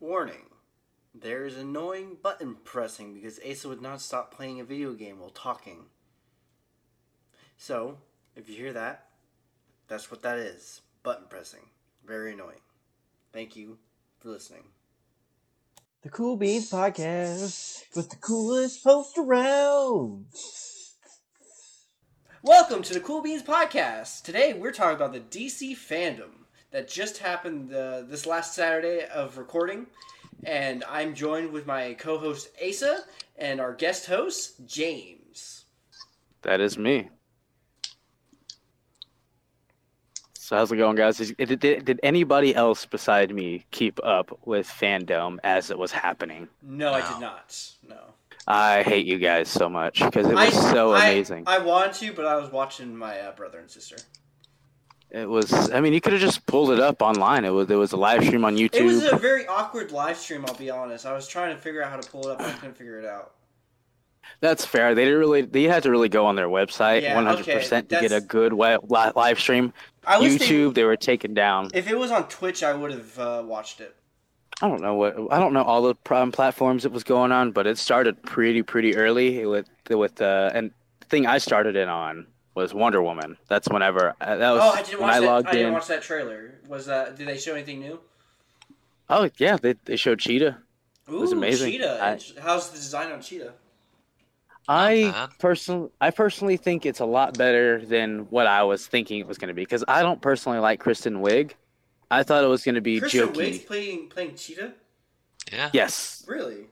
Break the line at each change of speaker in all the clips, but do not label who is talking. Warning. There is annoying button pressing because Asa would not stop playing a video game while talking. So, if you hear that, that's what that is. Button pressing. Very annoying. Thank you for listening.
The Cool Beans Podcast with the coolest host around.
Welcome to the Cool Beans Podcast. Today we're talking about the DC fandom that just happened uh, this last Saturday of recording, and I'm joined with my co-host Asa and our guest host James.
That is me. So how's it going, guys? Is- Did, did, did anybody else beside me keep up with fandom as it was happening?
No, I did not. No,
I hate you guys so much because it was
I,
so
I-
amazing.
I wanted to, but I was watching my uh, brother and sister.
it was. I mean, you could have just pulled it up online. It was. There was a live stream on YouTube.
It was a very awkward live stream. I'll be honest. I was trying to figure out how to pull it up. and I couldn't figure it out.
That's fair. They didn't really. They had to really go on their website
Yeah,
100% to
okay,
get a
that's-
good we- li- live stream.
I was
YouTube,
thinking
they were taken down.
if it was on Twitch, I would have uh, watched it.
I don't know what I don't know all the prom platforms it was going on, but it started pretty pretty early with with uh, and the thing I started it on was Wonder Woman. That's whenever uh, that was
Oh, I didn't
when
watch
I
that.
logged
I didn't
in.
watch that trailer. Was that? Did they show anything new?
Oh yeah, they they showed Cheetah.
Ooh,
was amazing.
Cheetah.
I-
Int- How's the design on Cheetah?
I
bad.
personally I personally think it's a lot better than what I was thinking it was going to be because I don't personally like Kristen Wiig. I thought it was going to be
Christian
jokey.
Wiig's playing playing Cheetah.
Yeah.
Yes,
Really?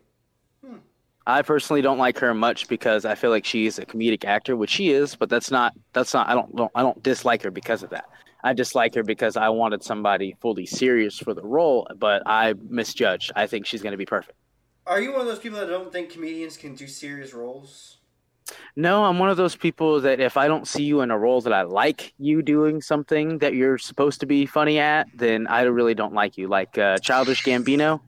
I personally don't like her much because I feel like she's a comedic actor, which she is, but that's not that's not I don't, don't I don't dislike her because of that. I dislike her because I wanted somebody fully serious for the role, but I misjudged. I think she's going to be perfect.
Are you one of those people that don't think comedians can do serious roles?
No, I'm one of those people that if I don't see you in a role that I like you doing something that you're supposed to be funny at, then I really don't like you. Like uh, Childish Gambino,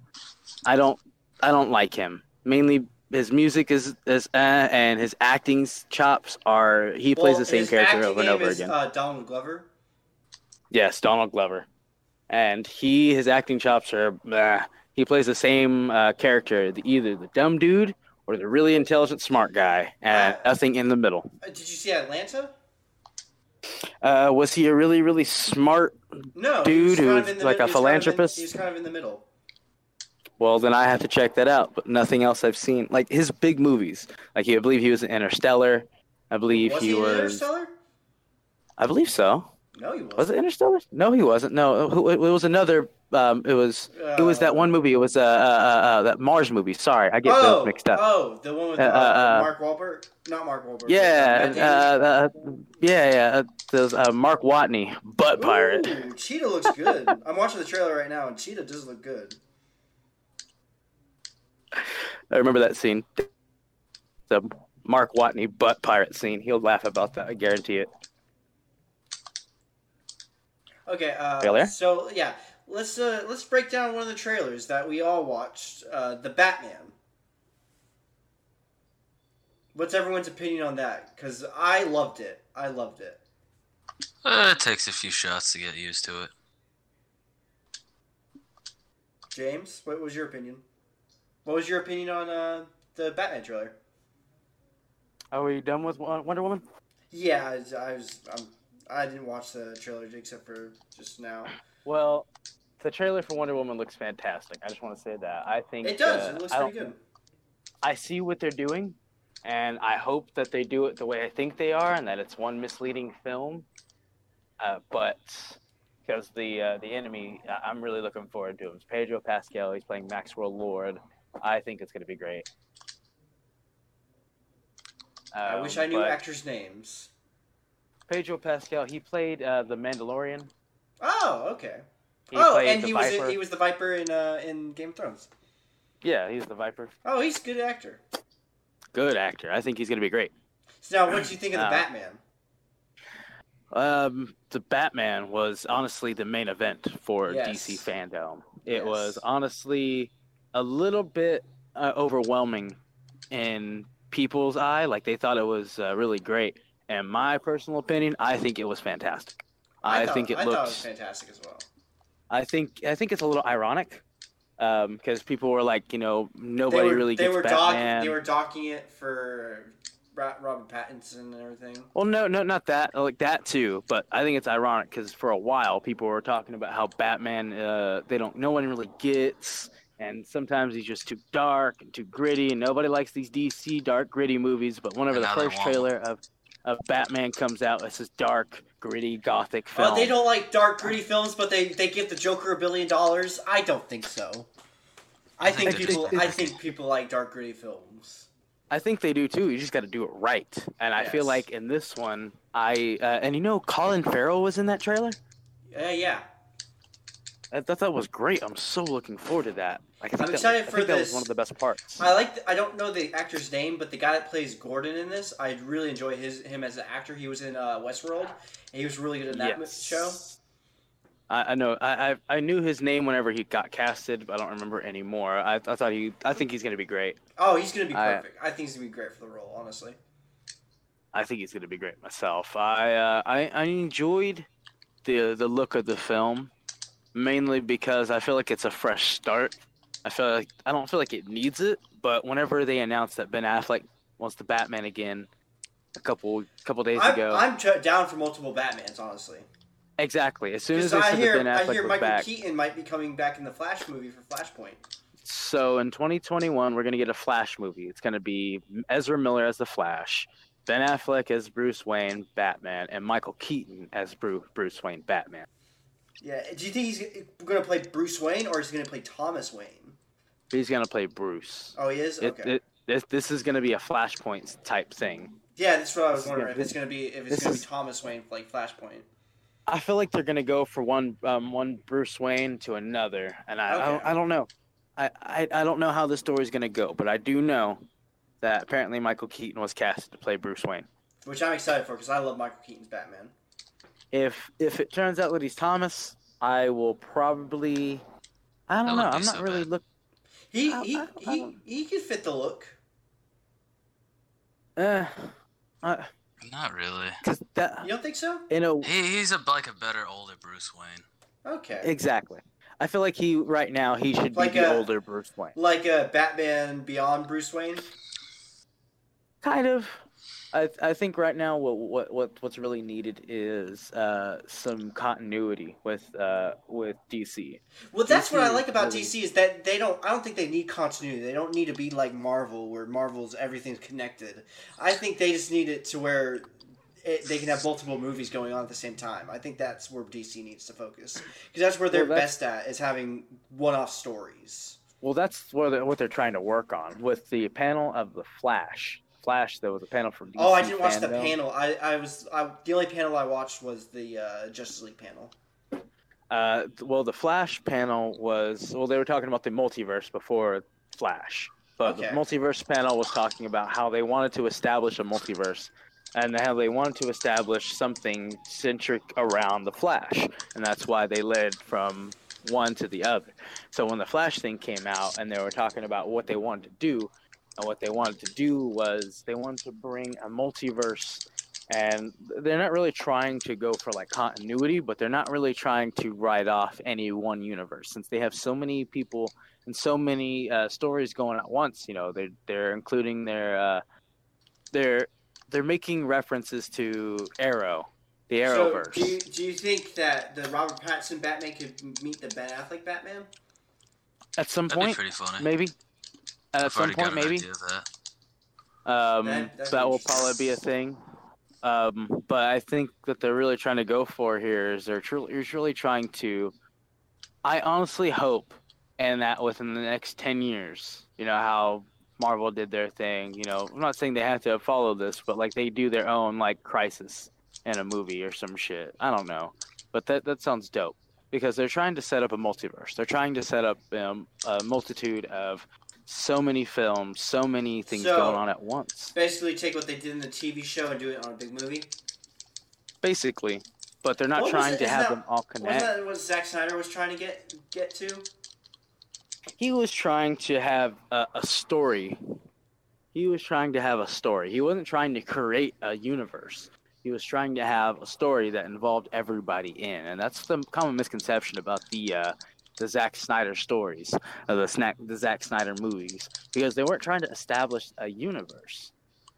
I don't I don't like him. Mainly his music is is uh, and his acting chops are he plays
Well,
the same
his
character
acting
over and
name
over
is,
again.
Uh, Donald Glover.
Yes, Donald Glover, and he his acting chops are bleh. he plays the same uh, character, the, either the dumb dude or the really intelligent smart guy, and nothing in the middle.
Uh, did you see Atlanta?
Uh, was he a really, really smart?
No, he
Dude
was kind
who
of
is
in the
like
mid- he was kind
a
of in-
philanthropist?
He was kind of in the middle.
Well, then I have to check that out. But nothing else I've seen, like his big movies, like he, I believe he was in Interstellar. I believe
was
he,
he in
was.
Interstellar?
I believe so.
No, he wasn't.
Was it Interstellar? No, he wasn't. No, who- it, was another. Um, it was. It was that one movie. It was uh, uh, uh, uh that Mars movie. Sorry, I get
oh,
those mixed up.
Oh, the one with
Uh,
uh,
uh, uh,
Mark Wahlberg? Not Mark Wahlberg.
yeah,
Matt
uh,
Damon?
uh, yeah, yeah. uh, Those uh, Mark Watney, butt pirate.
Ooh, Cheetah looks good. I'm watching the trailer right now, and Cheetah does look good.
I remember that scene. The Mark Watney butt pirate scene. He'll laugh about that. I guarantee it.
Okay. Uh,
Trailer?
So yeah, let's uh, let's break down one of the trailers that we all watched. Uh, the Batman. What's everyone's opinion on that? Because I loved it. I loved it.
Uh, it takes a few shots to get used to it.
James, what was your opinion? What was your opinion on uh, the Batman trailer?
Are we done with Won- Wonder Woman?
Yeah, I, was- I was. I'm, I didn't watch the trailer except for just now.
Well, the trailer for Wonder Woman looks fantastic. I just want to say that. I think
It does.
uh,
it looks
I don't-
pretty good.
I see what they're doing, and I hope that they do it the way I think they are, and that it's one misleading film. Uh, but because the uh, the enemy, I- I'm really looking forward to him. It's Pedro Pascal. He's playing Maxwell Lord. I think it's going to be great.
I
Um,
wish I knew
but
actors' names.
Pedro Pascal. He played uh, the Mandalorian.
Oh, okay.
He
oh,
played
and
the
he was
Viper.
in, he was the Viper in uh, in Game of Thrones.
Yeah, he's the Viper.
Oh, he's a good actor.
Good actor. I think he's going to be great.
So now, what do you think of the
Uh,
Batman?
Um, the Batman was honestly the main event for
Yes.
DC fandom. It
Yes.
was honestly a little bit uh, overwhelming in people's eye. Like they thought it was uh, really great. And my personal opinion, I think it was fantastic. I,
thought-
think it
I thought it was
looks.
fantastic as well.
I think I think it's a little ironic because people were like, you know,
They
nobody
were,
really
they
gets
were
Batman.
doc- they were docking it for Ra- Robert Pattinson and everything.
Well, no, no, not that. Like that too. But I think it's ironic because for a while people were talking about how Batman, uh, they don't, no one really gets, and sometimes he's just too dark and too gritty, and nobody likes these DC dark gritty movies. But whenever the
Now they
first
want
trailer of of Batman comes out, it's this dark, gritty, gothic film.
Oh, they don't like dark, gritty films, but they, they give the Joker a billion dollars. I don't think so. I
I
think
think
people
they do.
I think people like dark, gritty films.
I think they do too. You just got to do it right. And I feel
Yes.
like in this one, I uh, and you know Colin Farrell was in that trailer.
Uh, yeah,
I thought that was great. I'm so looking forward to that. I think
I'm
that
excited
was,
for
I think that was
this.
one of the best parts.
I like. The, I don't know the actor's name, but the guy that plays Gordon in this, I really enjoy his him as an actor. He was in uh, Westworld, and he was really good in that mo- show.
I, I know. I, I I knew his name whenever he got casted, but I don't remember anymore. I, I thought he. I think he's gonna be great.
Oh, he's gonna be
I-
perfect. I, think he's gonna be great for the role, honestly.
I think he's gonna be great myself. I uh, I, I enjoyed the the look of the film mainly because I feel like it's a fresh start. I feel like I don't feel like it needs it, but whenever they announced that Ben Affleck wants the Batman again, a couple couple days
I'm,
ago,
I'm ch- down for multiple Batmans, honestly.
exactly as soon as
Because
they
I
said
hear,
that Ben
I
Affleck
hear
was
Michael
back,
Keaton might be coming back in the Flash movie for Flashpoint.
So in 2021, we're going to get a Flash movie. It's going to be Ezra Miller as the Flash, Ben Affleck as Bruce Wayne, Batman, and Michael Keaton as Bruce, Bruce Wayne, Batman.
Yeah, do you think he's gonna play Bruce Wayne or is he gonna play Thomas Wayne?
He's going to play Bruce.
Oh, he is.
It-
Okay.
it- this, this is going to be a Flashpoint type thing.
yeah, that's what I was
this is
wondering.
gonna-
if it's gonna be if
this
it's gonna
is-
be Thomas Wayne for like Flashpoint.
I feel like they're going to go for one um, one Bruce Wayne to another, and I, I, don't,
Okay.
I don't know. I, I, I don't know how the story's going to go, but I do know that apparently Michael Keaton was cast to play Bruce Wayne.
which I'm excited for because I love Michael Keaton's Batman.
if if it turns out that he's Thomas, I will probably. I
That
don't know.
wouldn't
I'm
be
not
so
really
bad.
look.
He
Oh, I-
he
I- I
he
don't-
he could fit the look.
Uh, uh,
Not really.
cause that
You don't think so?
you know
He, he's a like a better older Bruce Wayne.
Okay.
exactly. I feel like he right now he should be
Like
the
a-
older Bruce Wayne.
Like a Batman Beyond Bruce Wayne.
Kind of. I I think right now what what, what what's really needed is uh some continuity with uh with DC.
Well, that's what I
DC
like about
really-
DC is that they don't. I don't think they need continuity. They don't need to be like Marvel, where Marvel's everything's connected. I think they just need it to where. It, they can have multiple movies going on at the same time. I think that's where DC needs to focus because that's where they're
Well, that's-
best at is having one-off stories.
Well, that's what they're, what they're trying to work on with the panel of the Flash. Flash, there was a panel from DC.
Oh, I didn't watch the
fandom.
panel. I, I was I, the only panel I watched was the uh, Justice League panel.
Uh, th- well, the Flash panel was well, they were talking about the multiverse before Flash, but
Okay.
the multiverse panel was talking about how they wanted to establish a multiverse and how they wanted to establish something centric around the Flash, and that's why they led from one to the other. So when the Flash thing came out and they were talking about what they wanted to do, and what they wanted to do was they wanted to bring a multiverse and they're not really trying to go for like continuity, but they're not really trying to write off any one universe since they have so many people and so many uh, stories going at once. You know, they're they're including their uh, they're they're making references to Arrow, the
So,
Arrowverse.
do you, do you think that the Robert Pattinson Batman could m- meet the Ben Affleck Batman?
at some
That'd be
point,
pretty funny.
maybe. At
I've
some
already got
point,
an
maybe.
idea of that.
Um,
That- that'd
that
be
will
interesting.
probably be a thing. Um, but I think that they're really trying to go for here is they're truly, you're truly trying to. I honestly hope, and that within the next ten years, you know how Marvel did their thing. You know, I'm not saying they have to follow this, but like they do their own like crisis in a movie or some shit. I don't know, but that that sounds dope because they're trying to set up a multiverse. They're trying to set up um, a multitude of so many films, so many things
So-
going on at once.
Basically, take what they did in the TV show and do it on a big movie.
basically. But they're not
What was
trying
it?
to
Is
have
that-
them all
Wasn't
connect.
that what Zack Snyder was trying to get get to?
He was trying to have a, a story. He was trying to have a story. He wasn't trying to create a universe. He was trying to have a story that involved everybody in, and that's the common misconception about the uh, the Zack Snyder stories, uh, the snack, the Zack Snyder movies, because they weren't trying to establish a universe.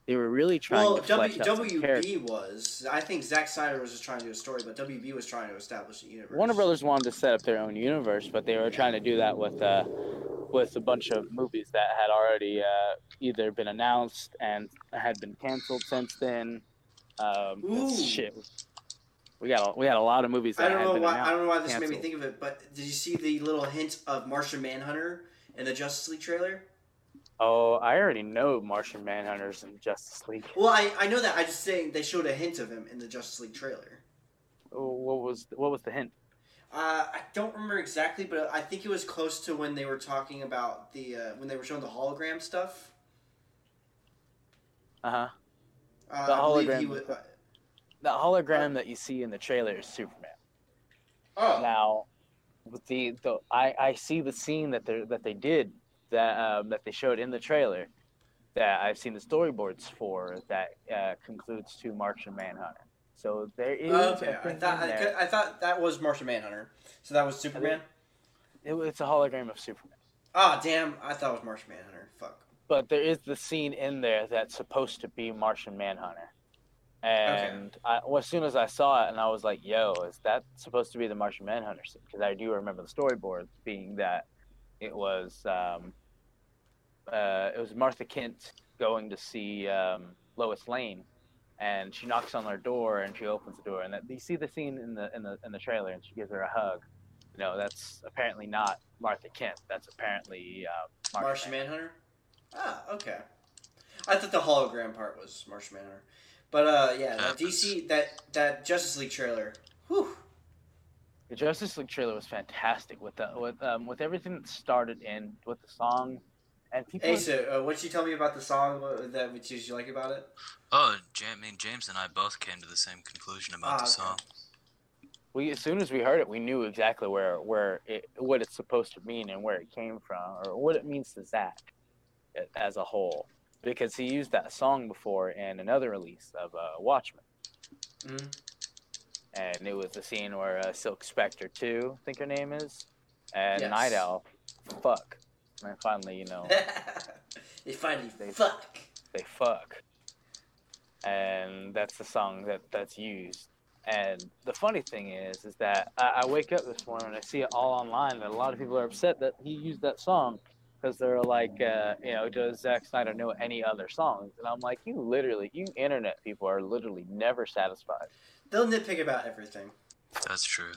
They were really trying
Well,
to flesh
w-
out some characters.
WB was. I think Zack Snyder was just trying to do a story, but WB was trying to establish a universe.
Warner Brothers wanted to set up their own universe, but they were trying to do that with uh, with a bunch of movies that had already uh, either been announced and had been canceled since then. Um,
Ooh.
shit, we got a, we had a lot of movies
I
that
don't
had
know
been
why.
announced.
I don't know why this made me
canceled.
think of it, but did you see the little hint of Martian Manhunter in the Justice League trailer?
Oh, I already know Martian Manhunters and Justice League.
Well, I, I know that. I just saying they showed a hint of him in the Justice League trailer.
Oh, What was what was the hint?
Uh, I don't remember exactly, but I think it was close to when they were talking about the uh, when they were showing the hologram stuff.
Uh huh.
Uh,
The
I believe
hologram
he was- uh,
The hologram that you see in the trailer is Superman.
oh,
Now, with the the I, I see the scene that they that they did that um, that they showed in the trailer that I've seen the storyboards for that uh, concludes to Martian Manhunter. So there is
okay.
a
I
thing
thought
in there.
I, I thought that was Martian Manhunter, so that was Superman.
It- it's a hologram of Superman,
Ah, damn! I thought it was Martian Manhunter. Fuck.
but there is the scene in there that's supposed to be Martian Manhunter. And I, well, as soon as I saw it, and I was like, "Yo, is that supposed to be the Martian Manhunter?" Because I do remember the storyboard being that it was um, uh, it was Martha Kent going to see um, Lois Lane, and she knocks on their door, and she opens the door, and that, you see the scene in the in the in the trailer, and she gives her a hug. No, that's apparently not Martha Kent. That's apparently uh,
Martian
Martian Manhunter.
Manhunter. Ah, okay. I thought the hologram part was Martian Manhunter, but uh, yeah, that DC that that Justice League trailer. Whew.
The Justice League trailer was fantastic with the with um with everything that started in with the song, and people.
Hey, so uh, what'd you tell me about the song uh, that which did you like about it?
Oh, Jam- I mean, James and I both came to the same conclusion about
Ah,
the
okay.
song.
we as soon as we heard it, we knew exactly where where it what it's supposed to mean and where it came from or what it means to Zach a- as a whole, because he used that song before in another release of uh, Watchmen,
Mhm.
and it was the scene where uh, Silk Spectre two, I think her name is, and
Yes.
Night Owl, fuck, and then finally you know
they finally
They-
fuck.
they fuck and that's the song that that's used and the funny thing is is that I, I wake up this morning and i see it all online that a lot of people are upset that he used that song because they're like uh, you know does Zack snyder know any other songs and i'm like you literally you internet people are literally never satisfied
They'll nitpick about everything.
That's true.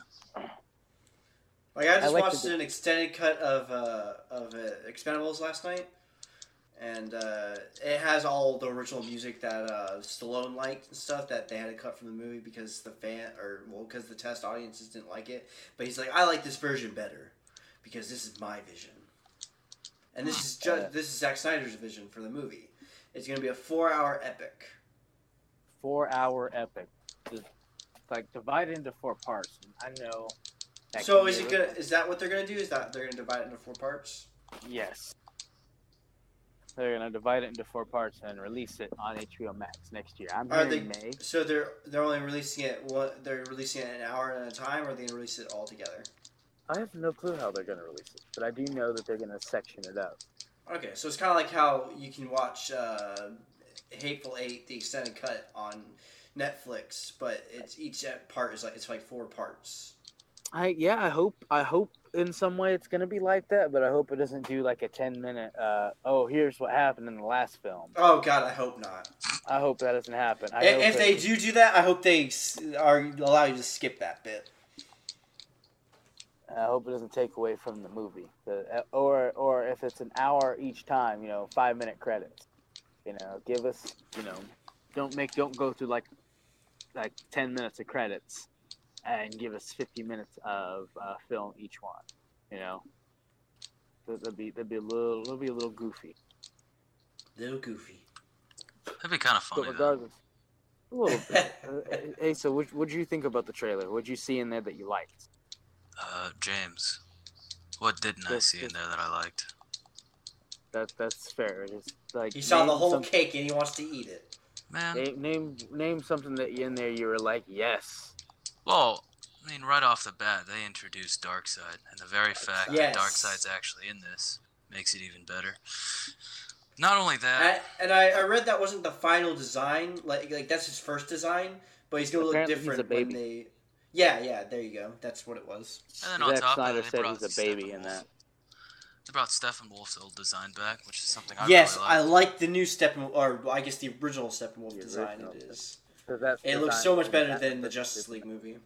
Like I just
like
watched
the-
an extended cut of uh, of uh, Expendables last night, and uh, it has all the original music that uh, Stallone liked and stuff that they had to cut from the movie because the fan or well because the test audiences didn't like it. But he's like, I like this version better because this is my vision, and this is
Yeah.
just this is Zack Snyder's vision for the movie. It's gonna be a four hour epic.
four hour epic Just, like divided into four parts i know that
so
can be
is
a
it
little-
gonna is that what they're gonna do? Is that they're gonna divide it into four parts?
Yes. They're gonna divide it into four parts and release it on HBO Max next year. I'm
Are
here in
they-
May.
So they're they're only releasing it what they're releasing it an hour at a time, or they gonna release it all together.
I have no clue how they're gonna release it, but I do know that they're gonna section it up.
Okay, so it's kind of like how you can watch uh, Hateful Eight, the extended cut on Netflix, but it's each part is like it's like four parts.
I yeah, I hope I hope in some way it's gonna be like that, but I hope it doesn't do like a ten minute uh oh here's what happened in the last film.
Oh God, I hope not.
I hope that doesn't happen. I
I-
hope
if they
it-
do do that, I hope they s- are allow you to skip that bit.
I hope it doesn't take away from the movie. The, or or if it's an hour each time, you know, five minute credits. You know, give us you know, don't make don't go through like like ten minutes of credits, and give us fifty minutes of uh, film each one. You know, that would be that'd be a little that'd be a little goofy.
Little goofy.
That'd be kind of
But
funny though.
regardless, a little bit. Uh, hey, so what would you think about the trailer? What'd you see in there that you liked?
Uh, James, what didn't I
Yes,
see in
yes.
there that I liked?
That that's fair. Just like
He saw the
name
whole
some-
cake and he wants to eat it.
Man,
Name, name name something that in there you were like yes.
well, I mean, right off the bat, they introduced Darkseid, and the very fact that
Yes.
Darkseid's actually in this makes it even better. Not only that,
And, and I, I read that wasn't the final design. Like like that's his first design, but he's gonna
Apparently
look
he's
different
a
when
baby.
they. Yeah, yeah. There you go. That's what it was.
and then on
Zack
top of
Snyder
that, they
said
brought
he's a baby in
Steppenwolf-
that.
They brought Steppenwolf's old design back, which is something I
yes,
really
I
like.
like the new Steppenwolf, or I guess the original Steppenwolf
The
design.
original.
It is.
That's
It looks so much better than the Justice League movie.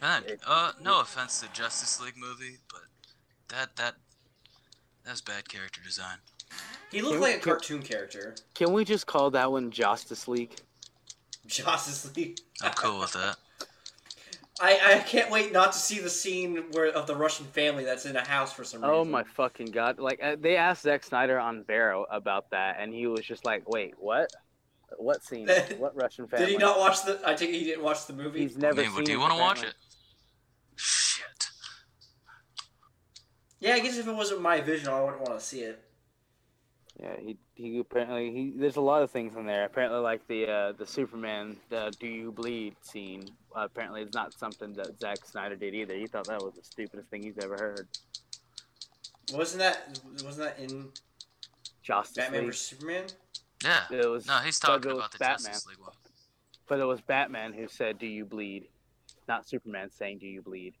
Man, uh, no offense to Justice League movie, but that that that's bad character design.
He looked
Can-
like a
can-
cartoon character.
Can we just call that one Justice League?
Justice League.
I'm cool with that.
I, I can't wait not to see the scene where of the Russian family that's in a house for some reason.
Oh my fucking god! Like uh, they asked Zack Snyder on Barrow about that, and he was just like, "Wait, what? What scene? what Russian family?"
Did he not watch the? I think he didn't watch the movie.
He's never
I mean,
seen.
do you
want to
watch it? Shit.
Yeah, I guess if it wasn't my vision, I wouldn't want to see it.
Yeah, he he apparently he. There's a lot of things in there. Apparently, like the uh, the Superman the "Do You Bleed" scene. Uh, apparently, it's not something that Zack Snyder did either. He thought that was the stupidest thing he's ever heard.
Wasn't that wasn't that in
Justice
Batman
League.
vs Superman?
Yeah.
It was
No, he's
but
talking
it was
about the
Batman.
Justice League one.
But it was Batman who said, "Do you bleed?" Not Superman saying, "Do you bleed?"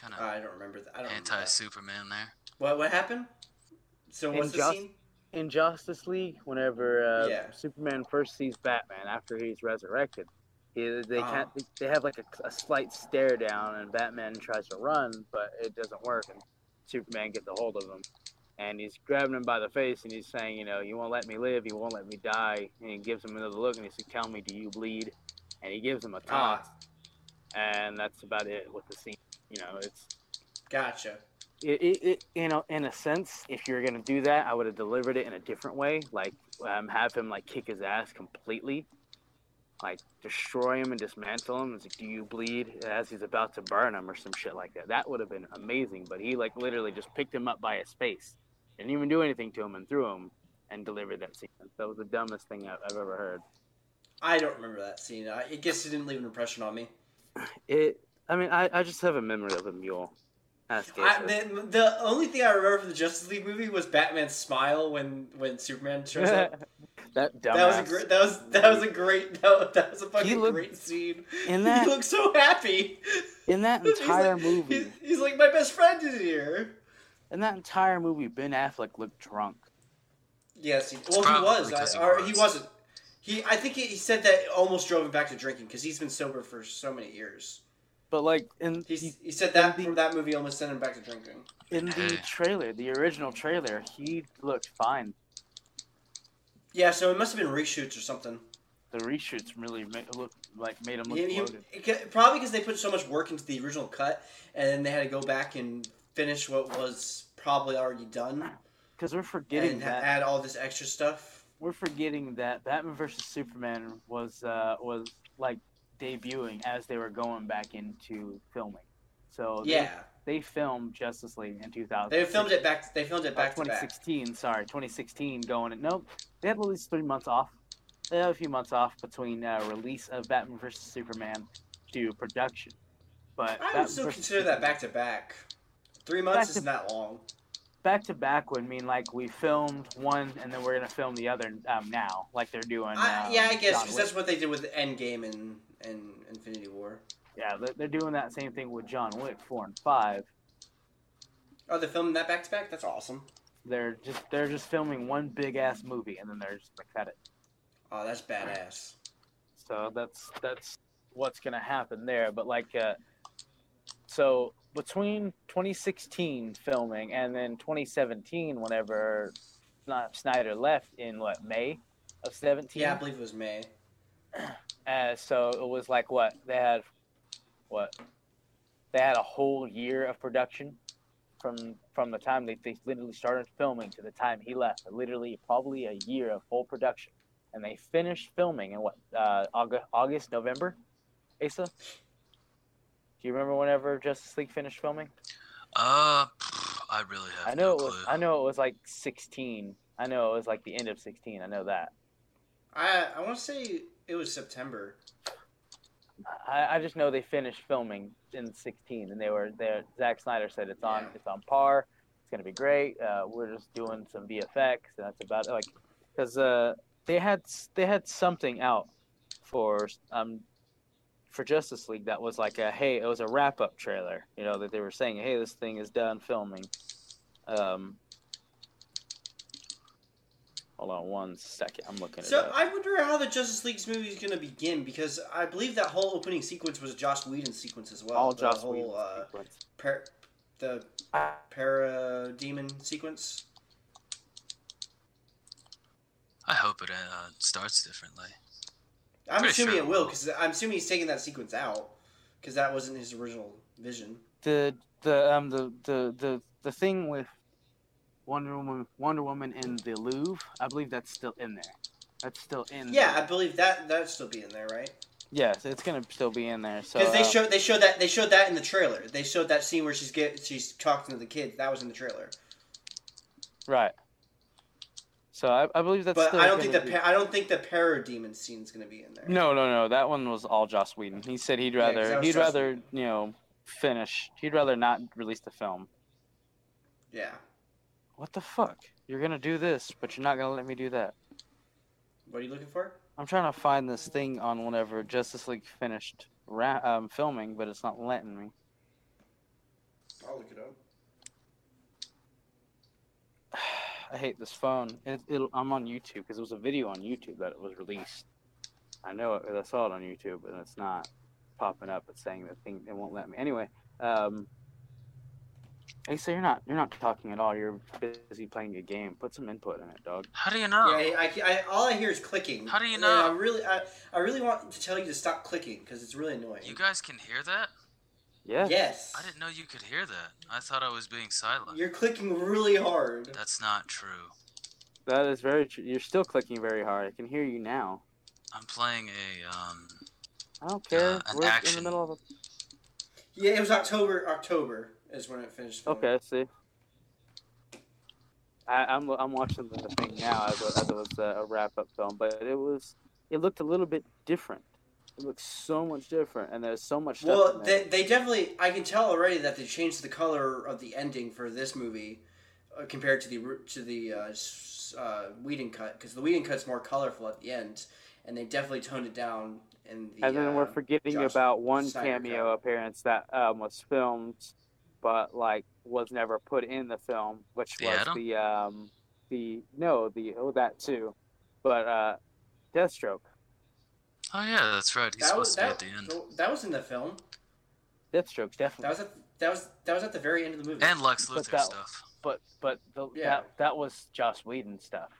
Kind
Uh,
of
I don't remember. That. I don't. remember that.
anti-Superman there.
What what happened? So
In
what's the
Just-
scene?
In Justice League, whenever uh,
Yeah.
Superman first sees Batman after he's resurrected, he, they
Ah.
can't. They have like a, a slight stare down, and Batman tries to run, but it doesn't work, and Superman gets a hold of him, and he's grabbing him by the face, and he's saying, you know, you won't let me live, you won't let me die, and he gives him another look, and he says, "Tell me, do you bleed?" And he gives him a taunt,
Ah,
and that's about it with the scene. You know, it's
gotcha.
it, it, it you know in a sense if you're gonna do that i would have delivered it in a different way like um, have him like kick his ass completely like destroy him and dismantle him It's like, do you bleed as he's about to burn him or some shit like that that would have been amazing but he like literally just picked him up by his face didn't even do anything to him and threw him and delivered that scene that was the dumbest thing I- i've ever heard
I don't remember that scene. I, I guess it didn't leave an impression on me.
it i mean i, I just have a memory of a mule Ask
I,
Asa.
the, the only thing I remember from the Justice League movie was Batman's smile when when Superman shows up.
that dumbass.
That was a great. That was that was a great. That, was- that was a fucking
looked-
great scene.
in that-
he looked so happy.
in that
He's
entire
like-
movie
he's- he's like my best friend is here.
In that entire movie, Ben Affleck looked drunk.
Yes, he, well, he
probably
was.
because
I,
he
or
was.
he wasn't. He, I think he, he said that it almost drove him back to drinking because he's been sober for so many years.
But like in
He,
the,
he said that
He-
from that movie almost sent him back to drinking.
in the
Yeah.
trailer, the original trailer, he looked fine.
Yeah, so it must have been reshoots or something.
The reshoots really ma- look like made him look
He- he-
bloated.
it ca- probably because they put so much work into the original cut, and then they had to go back and finish what was probably already done,
Because we're forgetting
and ha-
that
add all this extra stuff.
we're forgetting that Batman versus Superman was uh, was like debuting as they were going back into filming. So they-
yeah,
they, filmed Justice League in 2000.
they filmed it back. They filmed it back to back.
2016, Uh, sorry, 2016 going. Nope, they had at least three months off. They had a few months off between uh, release of Batman vs Superman to production. But
I
Batman
would still
versus
consider that
Superman-
back to back. Three months
Back
isn't that long.
back to back would mean like we filmed one and then we're gonna film the other um, now, like they're doing.
I,
um,
yeah, I guess
John
because
Wick.
that's what they did with Endgame and and Infinity War.
yeah they're, they're doing that same thing with John Wick four and five.
Oh, they're filming that back to back. That's awesome.
They're just they're just filming one big ass movie and then they're just gonna cut it.
Oh, that's badass.
So that's that's what's gonna happen there. But like, uh, so between 2016 filming and then 2017, whenever Sna- Snyder left in what May of 17,
Yeah, I believe it was May.
uh, so it was like what they had, what they had a whole year of production from from the time they, they literally started filming to the time he left. Literally, probably a year of full production, and they finished filming in what uh, August, August, November. Asa, do you remember whenever Justice League finished filming?
Uh, pff, I really have
I know
no
it
clue.
was. I know it was like 16. I know it was like the end of 16. I know that.
I I want to say it was September.
I, I just know they finished filming in 16, and they were there. Zack Snyder said it's on,
Yeah.
it's on par. It's gonna be great. Uh, we're just doing some VFX, and that's about it. Like, because uh, they had s- they had something out for um for Justice League that was like a hey, it was a wrap up trailer. You know that they were saying hey, this thing is done filming. Um, hold on one second. I'm looking at
So
up.
I wonder how the Justice League's movie is going to begin because I believe that whole opening sequence was Joss Whedon's sequence as well.
all
the
Joss
whole,
Whedon's
uh,
sequence.
par- the para demon sequence.
I hope it uh, starts differently.
I'm
Pretty
assuming
sure
it
it
will
will.
because I'm assuming he's taking that sequence out because that wasn't his original vision.
the the um the the the, the thing with Wonder Woman Wonder Woman in the Louvre, I believe that's still in there. That's still in.
Yeah, I
there.
believe that that'd still be in there, right?
yeah. So it's gonna still be in there. So
Because they
uh,
showed they showed that they showed that in the trailer. They showed that scene where she's get she's talking to the kid. That was in the trailer.
right. So I, I believe that's.
But
still
I don't think the
gonna be-
pa- I don't think the parademon scenene's gonna be in there.
No, no, no. That one was all Joss Whedon. He said he'd
Yeah, 'cause
rather
that was
he'd
Joss
rather
Whedon.
you know finish. He'd rather not release the film.
Yeah.
What the fuck? You're gonna do this, but you're not gonna let me do that.
What are you looking for?
I'm trying to find this thing on whenever Justice League finished ra- um, filming, but it's not letting me.
I'll look it up.
I hate this phone. It, it'll, I'm on YouTube because it was a video on YouTube that it was released. I know it. 'cause I saw it on YouTube, and it's not popping up. It's saying that thing. It won't let me. Anyway, um, hey, so you're not you're not talking at all. You're busy playing a game. Put some input in it, dog.
How do you know?
Yeah, I, I, I- all I hear is clicking.
Oh. How do you
And
know?
I really, I, I really want to tell you to stop clicking because it's really annoying.
You guys can hear that?
Yeah.
yes,
I didn't know you could hear that. I thought I was being silent.
You're clicking really hard.
That's not true.
That is very true. You're still clicking very hard. I can hear you now.
I'm playing a um.
I don't care.
Uh, an
We're in the
action.
middle of a.
Yeah, it was October. October is when it finished. filming.
Okay, I see. I, I'm I'm watching the thing now as, a, as it was a, a wrap up film, but it was it looked a little bit different. It looked so much different, and there's so much stuff.
Well,
in there.
they, they definitely. I can tell already that they changed the color of the ending for this movie uh, compared to the ru- to the uh, s- uh, Whedon cut because the Whedon cut's more colorful at the end, and they definitely toned it down. In the,
and then
uh,
we're forgetting
Josh
about one
Snyder
cameo
cut.
appearance that um, was filmed, but like was never put in the film, which
The
was
Atom?
the um the no the oh that too, but uh, Deathstroke.
Oh yeah, that's right. He's
that was
supposed
that,
to be at the end.
that was in the film.
Deathstroke's definitely
That was at that was that was at the very end of the movie.
And Lex
But
Luthor
that-
stuff.
but but the,
Yeah.
that that was Joss Whedon stuff.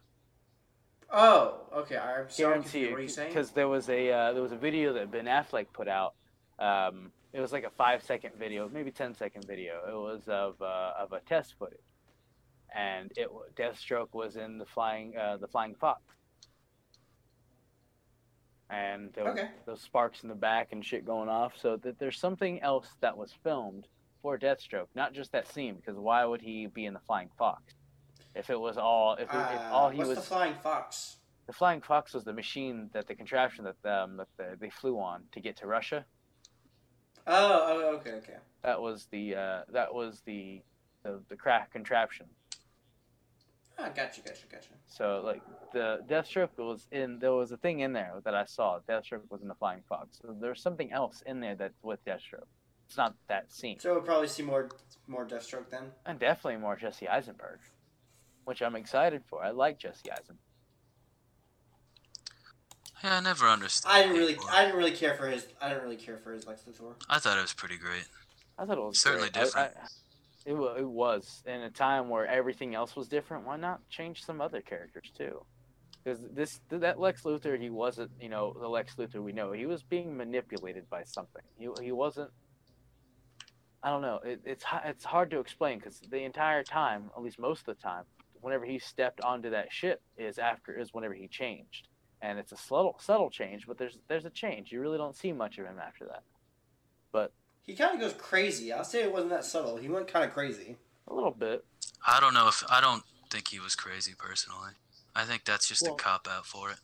oh, okay. I'm sorry.
guarantee you
What are you saying?
because there was a uh, there was a video that Ben Affleck put out. Um, it was like a five second video, maybe 10 second video. It was of uh, of a test footage, and it wa- Deathstroke was in the flying uh, the flying fox, and there was
Okay.
those sparks in the back and shit going off. So that there's something else that was filmed for Deathstroke, not just that scene. Because why would he be in the flying fox? If it was all, if, it, if
Uh,
all he
what's
was,
the flying fox?
the flying fox was the machine that the contraption that um, that the, they flew on to get to Russia.
Oh, oh, okay, okay.
That was the uh, that was the the, the crack contraption.
Ah, gotcha, gotcha, gotcha.
So like the Deathstroke was in there was a thing in there that I saw. Deathstroke was in the flying fox. So there's something else in there that's with Deathstroke. It's not that scene.
So we'll probably see more more Deathstroke then.
And definitely more Jesse Eisenberg, which I'm excited for. I like Jesse Eisenberg.
Yeah, I never understood.
I didn't really,
Igor.
I didn't really care for his. I didn't really care for his Lex Luthor.
I thought it was pretty great.
I thought it was
Certainly
great. I-
different.
I- it, wa- it was in a time where everything else was different. Why not change some other characters too? Because this that Lex Luthor, he wasn't you know the Lex Luthor we know. He was being manipulated by something. He he wasn't. I don't know. It, it's hi- it's hard to explain because the entire time, at least most of the time, whenever he stepped onto that ship is after is whenever he changed, and it's a subtle subtle change, but there's there's a change. You really don't see much of him after that.
He kind of goes crazy. I'll say it wasn't that subtle. He went kind of crazy.
A little bit,
I don't know if I don't think he was crazy personally. I think that's just
Well-
a cop out for it.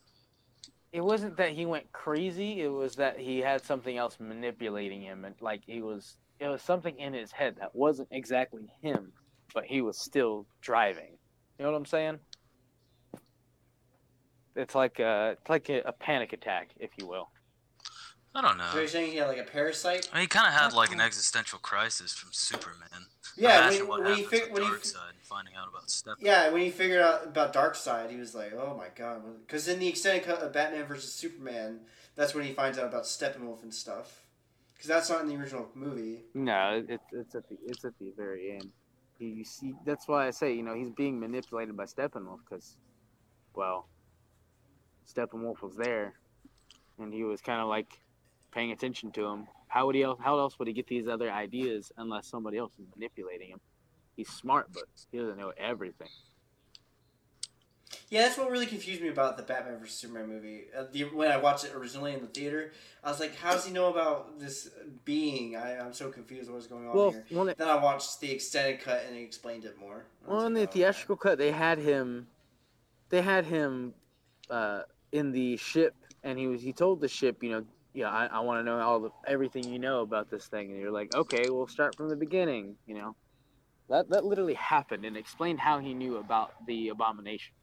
It wasn't that he went crazy. It was that he had something else manipulating him, and like he was, it was something in his head that wasn't exactly him, but he was still driving. You know what I'm saying? It's like a, it's like a, a panic attack, if you will.
I don't
so
know.
you're saying he had like a parasite?
I mean, he kind of had like an existential crisis from Superman.
Yeah, when,
Imagine what
when he
happens
fig- when
with
he
Dark
fi-
Side and finding out about Step.
yeah when he figured out about Dark Side, he was like, oh my god, because in the extended cut of Batman versus Superman, that's when he finds out about Steppenwolf and stuff, because that's not in the original movie.
No, it's it's at the it's at the very end. You, you see, that's why I say you know he's being manipulated by Steppenwolf because, well, Steppenwolf was there, and he was kind of like paying attention to him. How would he else? How else would he get these other ideas unless somebody else is manipulating him? He's smart, but he doesn't know everything.
Yeah, that's what really confused me about the Batman vs Superman movie. Uh, the, when I watched it originally in the theater, I was like, "How does he know about this being?" I, I'm so confused. What's going on
Well,
here?
when it,
Then I watched the extended cut and it explained it more. I was
well,
like,
in the
"Oh, okay."
theatrical cut, they had him, they had him, uh, in the ship, and he was he told the ship, you know, yeah, I, I want to know all the everything you know about this thing, and you're like, okay, we'll start from the beginning, you know, that that literally happened and explained how he knew about the abomination,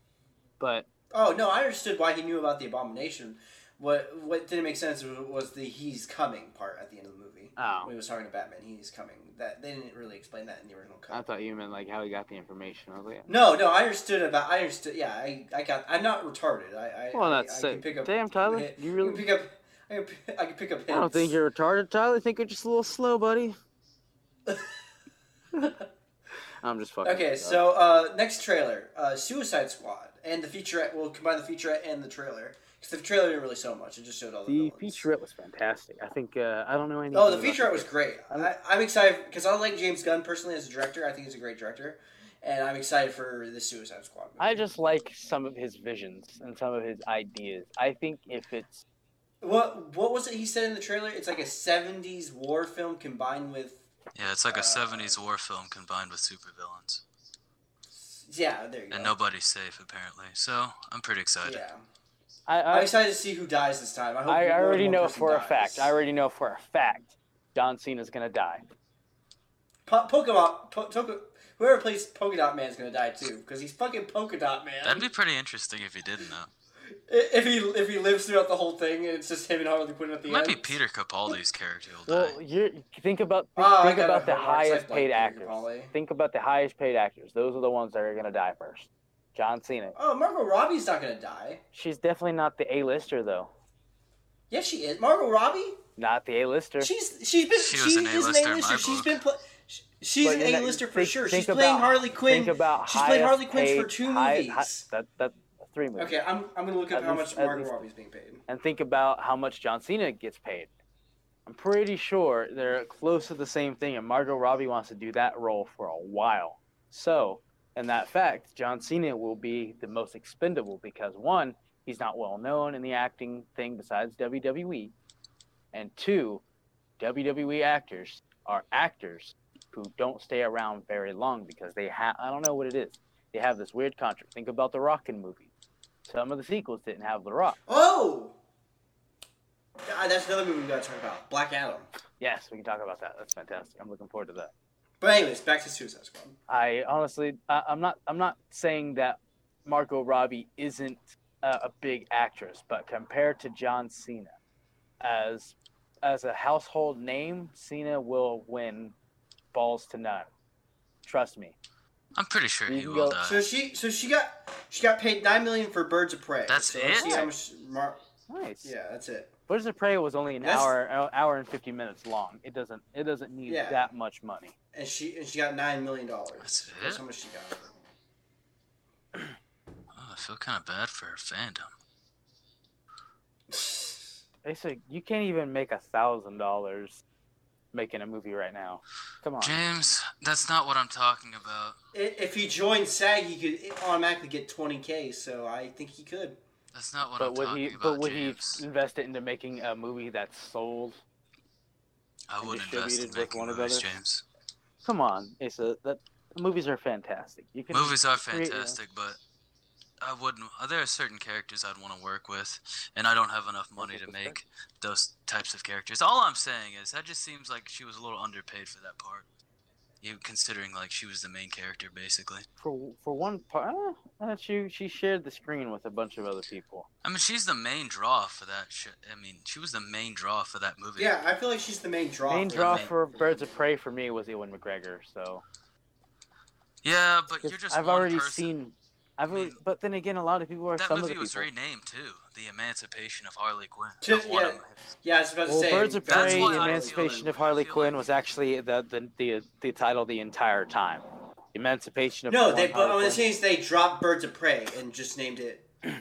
but
Oh no, I understood why he knew about the abomination. What what didn't make sense was, was the "he's coming" part at the end of the movie.
oh,
When he was talking to Batman, "he's coming." That they didn't really explain that in the original cut.
I thought you meant like how he got the information. I was like,
no, no, I understood about. I understood. Yeah, I, I got. I'm not retarded. I, I
well,
I,
that's
I can
sick.
pick up.
Damn, Tyler, you
I can
really.
pick up. I can, pick- I can pick up.
I don't think
hints.
you're retarded, Tyler. I think you're just a little slow, buddy. I'm just fucking.
Okay,
with you.
so uh, next trailer, uh, Suicide Squad, and the featurette. We'll combine the featurette and the trailer because the trailer didn't really show much. It just showed all the.
The
villains.
featurette was fantastic. I think uh, I don't know anything.
Oh, the
about
featurette was great. I, I'm excited because I like James Gunn personally as a director. I think he's a great director, and I'm excited for the Suicide Squad. Movie.
I just like some of his visions and some of his ideas. I think if it's
what what was it he said in the trailer? It's like a '70s war film combined with.
Yeah, it's like a
Uh,
'70s war film combined with supervillains,
Yeah, there you go.
and nobody's safe apparently. So I'm pretty excited.
Yeah,
I
I'm
I,
excited to see who dies this time. I hope.
I
more than
already
one
know
person
for a
dies.
fact. I already know for a fact John Cena's gonna die.
Po- Pokemon, po- Toke- whoever plays Polka Dot Man's gonna die too, because he's fucking Polka Dot Man.
That'd be pretty interesting if he didn't though.
I- if he if he lives throughout the whole thing, and it's just him and Harley Quinn at the
It might
end.
be Peter Capaldi's character who'll die.
Well, you Uh, think about think,
Oh, I
think
got
about
it.
the
Hold on, it's
highest
like
paid
Peter
actors.
Capaldi.
Think about the highest paid actors. Those are the ones that are gonna die first. John Cena.
Oh, Margot Robbie's not gonna die.
She's definitely not the A-lister though.
Yes, she is. Margot Robbie.
Not the A-lister.
She's she's been
She
she,
was an
is an
A-lister in my
A-lister. She's
book.
been pla- sh- she's
But
an
in that-
A-lister for
think-
sure.
think
She's playing
about-
Harley Quinn.
Think about
she's played
highest
Harley Quinn for
paid-
two
high- hi-
movies.
that that three movies.
Okay, I'm I'm gonna look up
At
how
least-
much
at
Margot
least-
Robbie's being paid.
and think about how much John Cena gets paid. I'm pretty sure they're close to the same thing, and Margot Robbie wants to do that role for a while. So, in that fact, John Cena will be the most expendable because one, he's not well known in the acting thing besides WWE, and two, WWE actors are actors who don't stay around very long because they have I don't know what it is. They have this weird contract. Think about the Rockin' movie. Some of the sequels didn't have The Rock.
Oh, God, that's another movie we gotta talk about. Black Adam.
Yes, we can talk about that. That's fantastic. I'm looking forward to that.
But anyways, back to Suicide Squad.
I honestly, I, I'm not, I'm not saying that Margot Robbie isn't uh, a big actress, but compared to John Cena, as as a household name, Cena will win balls to none. Trust me.
I'm pretty sure
You
he
can
will
go-
die.
So she so she got she got paid nine million for Birds of Prey.
That's
so let's
it?
See how much Mar-
Nice.
yeah, that's it.
Birds of Prey was only an
That's-
hour, hour, hour and fifty minutes long. It doesn't, it doesn't need
Yeah.
that much money.
And she and she got nine million dollars.
That's
That's
it.
how much she got.
Oh, I feel kind of bad for her fandom.
They said you can't even make a thousand dollars making a movie right now. Come on.
James, that's not what I'm talking about.
I- If he joined SAG, he could automatically get twenty k. So I think he could.
That's not what I'm
But would
talking
he?
about,
But would
James.
he invest it into making a movie that's sold?
I would invest
distributed
in
with
making
Warner
movies,
Brothers?
James.
Come on, Asa. That movies are fantastic. You can
Movies are
create your own-
fantastic, but I wouldn't. uh, There are certain characters I'd want to work with, and I don't have enough money to make those types of characters. All I'm saying is that just seems like she was a little underpaid for that part. You considering like she was the main character basically.
For for one part, uh, she she shared the screen with a bunch of other people.
I mean, she's the main draw for that shit. I mean, she was the main draw for that movie.
Yeah, I feel like she's the main draw.
Main
for
draw
me.
for Birds of Prey for me was Ewan McGregor. So
Yeah, but you're just.
I've
one
already
person.
seen. I've
I mean,
already- but then again, a lot of people are
That
some of
movie
the
was
people.
renamed too, The Emancipation of Harley Quinn.
Ju-
Of one of
yeah.
my-
Yeah, I was about to
Well,
say.
Birds of
that's
Prey:
why I feel
Emancipation
that
of Harley
way. I feel
Quinn
like-
was actually the the the, the title the entire time. Emancipation of
No,
Harley
they but on
Quinn.
the change they dropped Birds of Prey and just named it the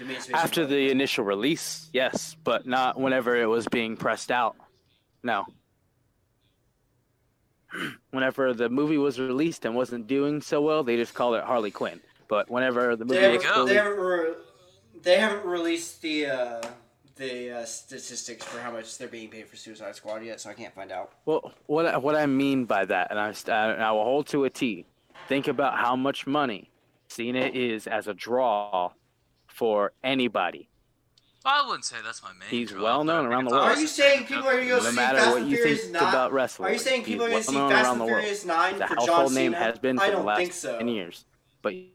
Emancipation.
after
Club.
the initial release, yes, but not whenever it was being pressed out. No. whenever the movie was released and wasn't doing so well, they just called it Harley Quinn. But whenever the
they
movie
you go.
haven't,
exploded,
they haven't, re- they haven't released the uh, the uh, statistics for how much they're being paid for Suicide Squad yet, so I can't find out.
Well, what I, what I mean by that, and I, st- I, I will hold to a T. Think about how much money Cena is as a draw for anybody.
I wouldn't say that's my main.
He's
draw,
well
but I
known
think
around
it's
the
all
world.
Are you saying people are going to go
Oh, No
see
matter
Fast
what
and
you
Furious
think
9?
about wrestling,
are you saying people are going
he's
to see
well known
Fast
around
and
the world.
Furious Nine
The
for John
household
Cena?
name has been for
I
the
don't
last
think so.
ten years. But you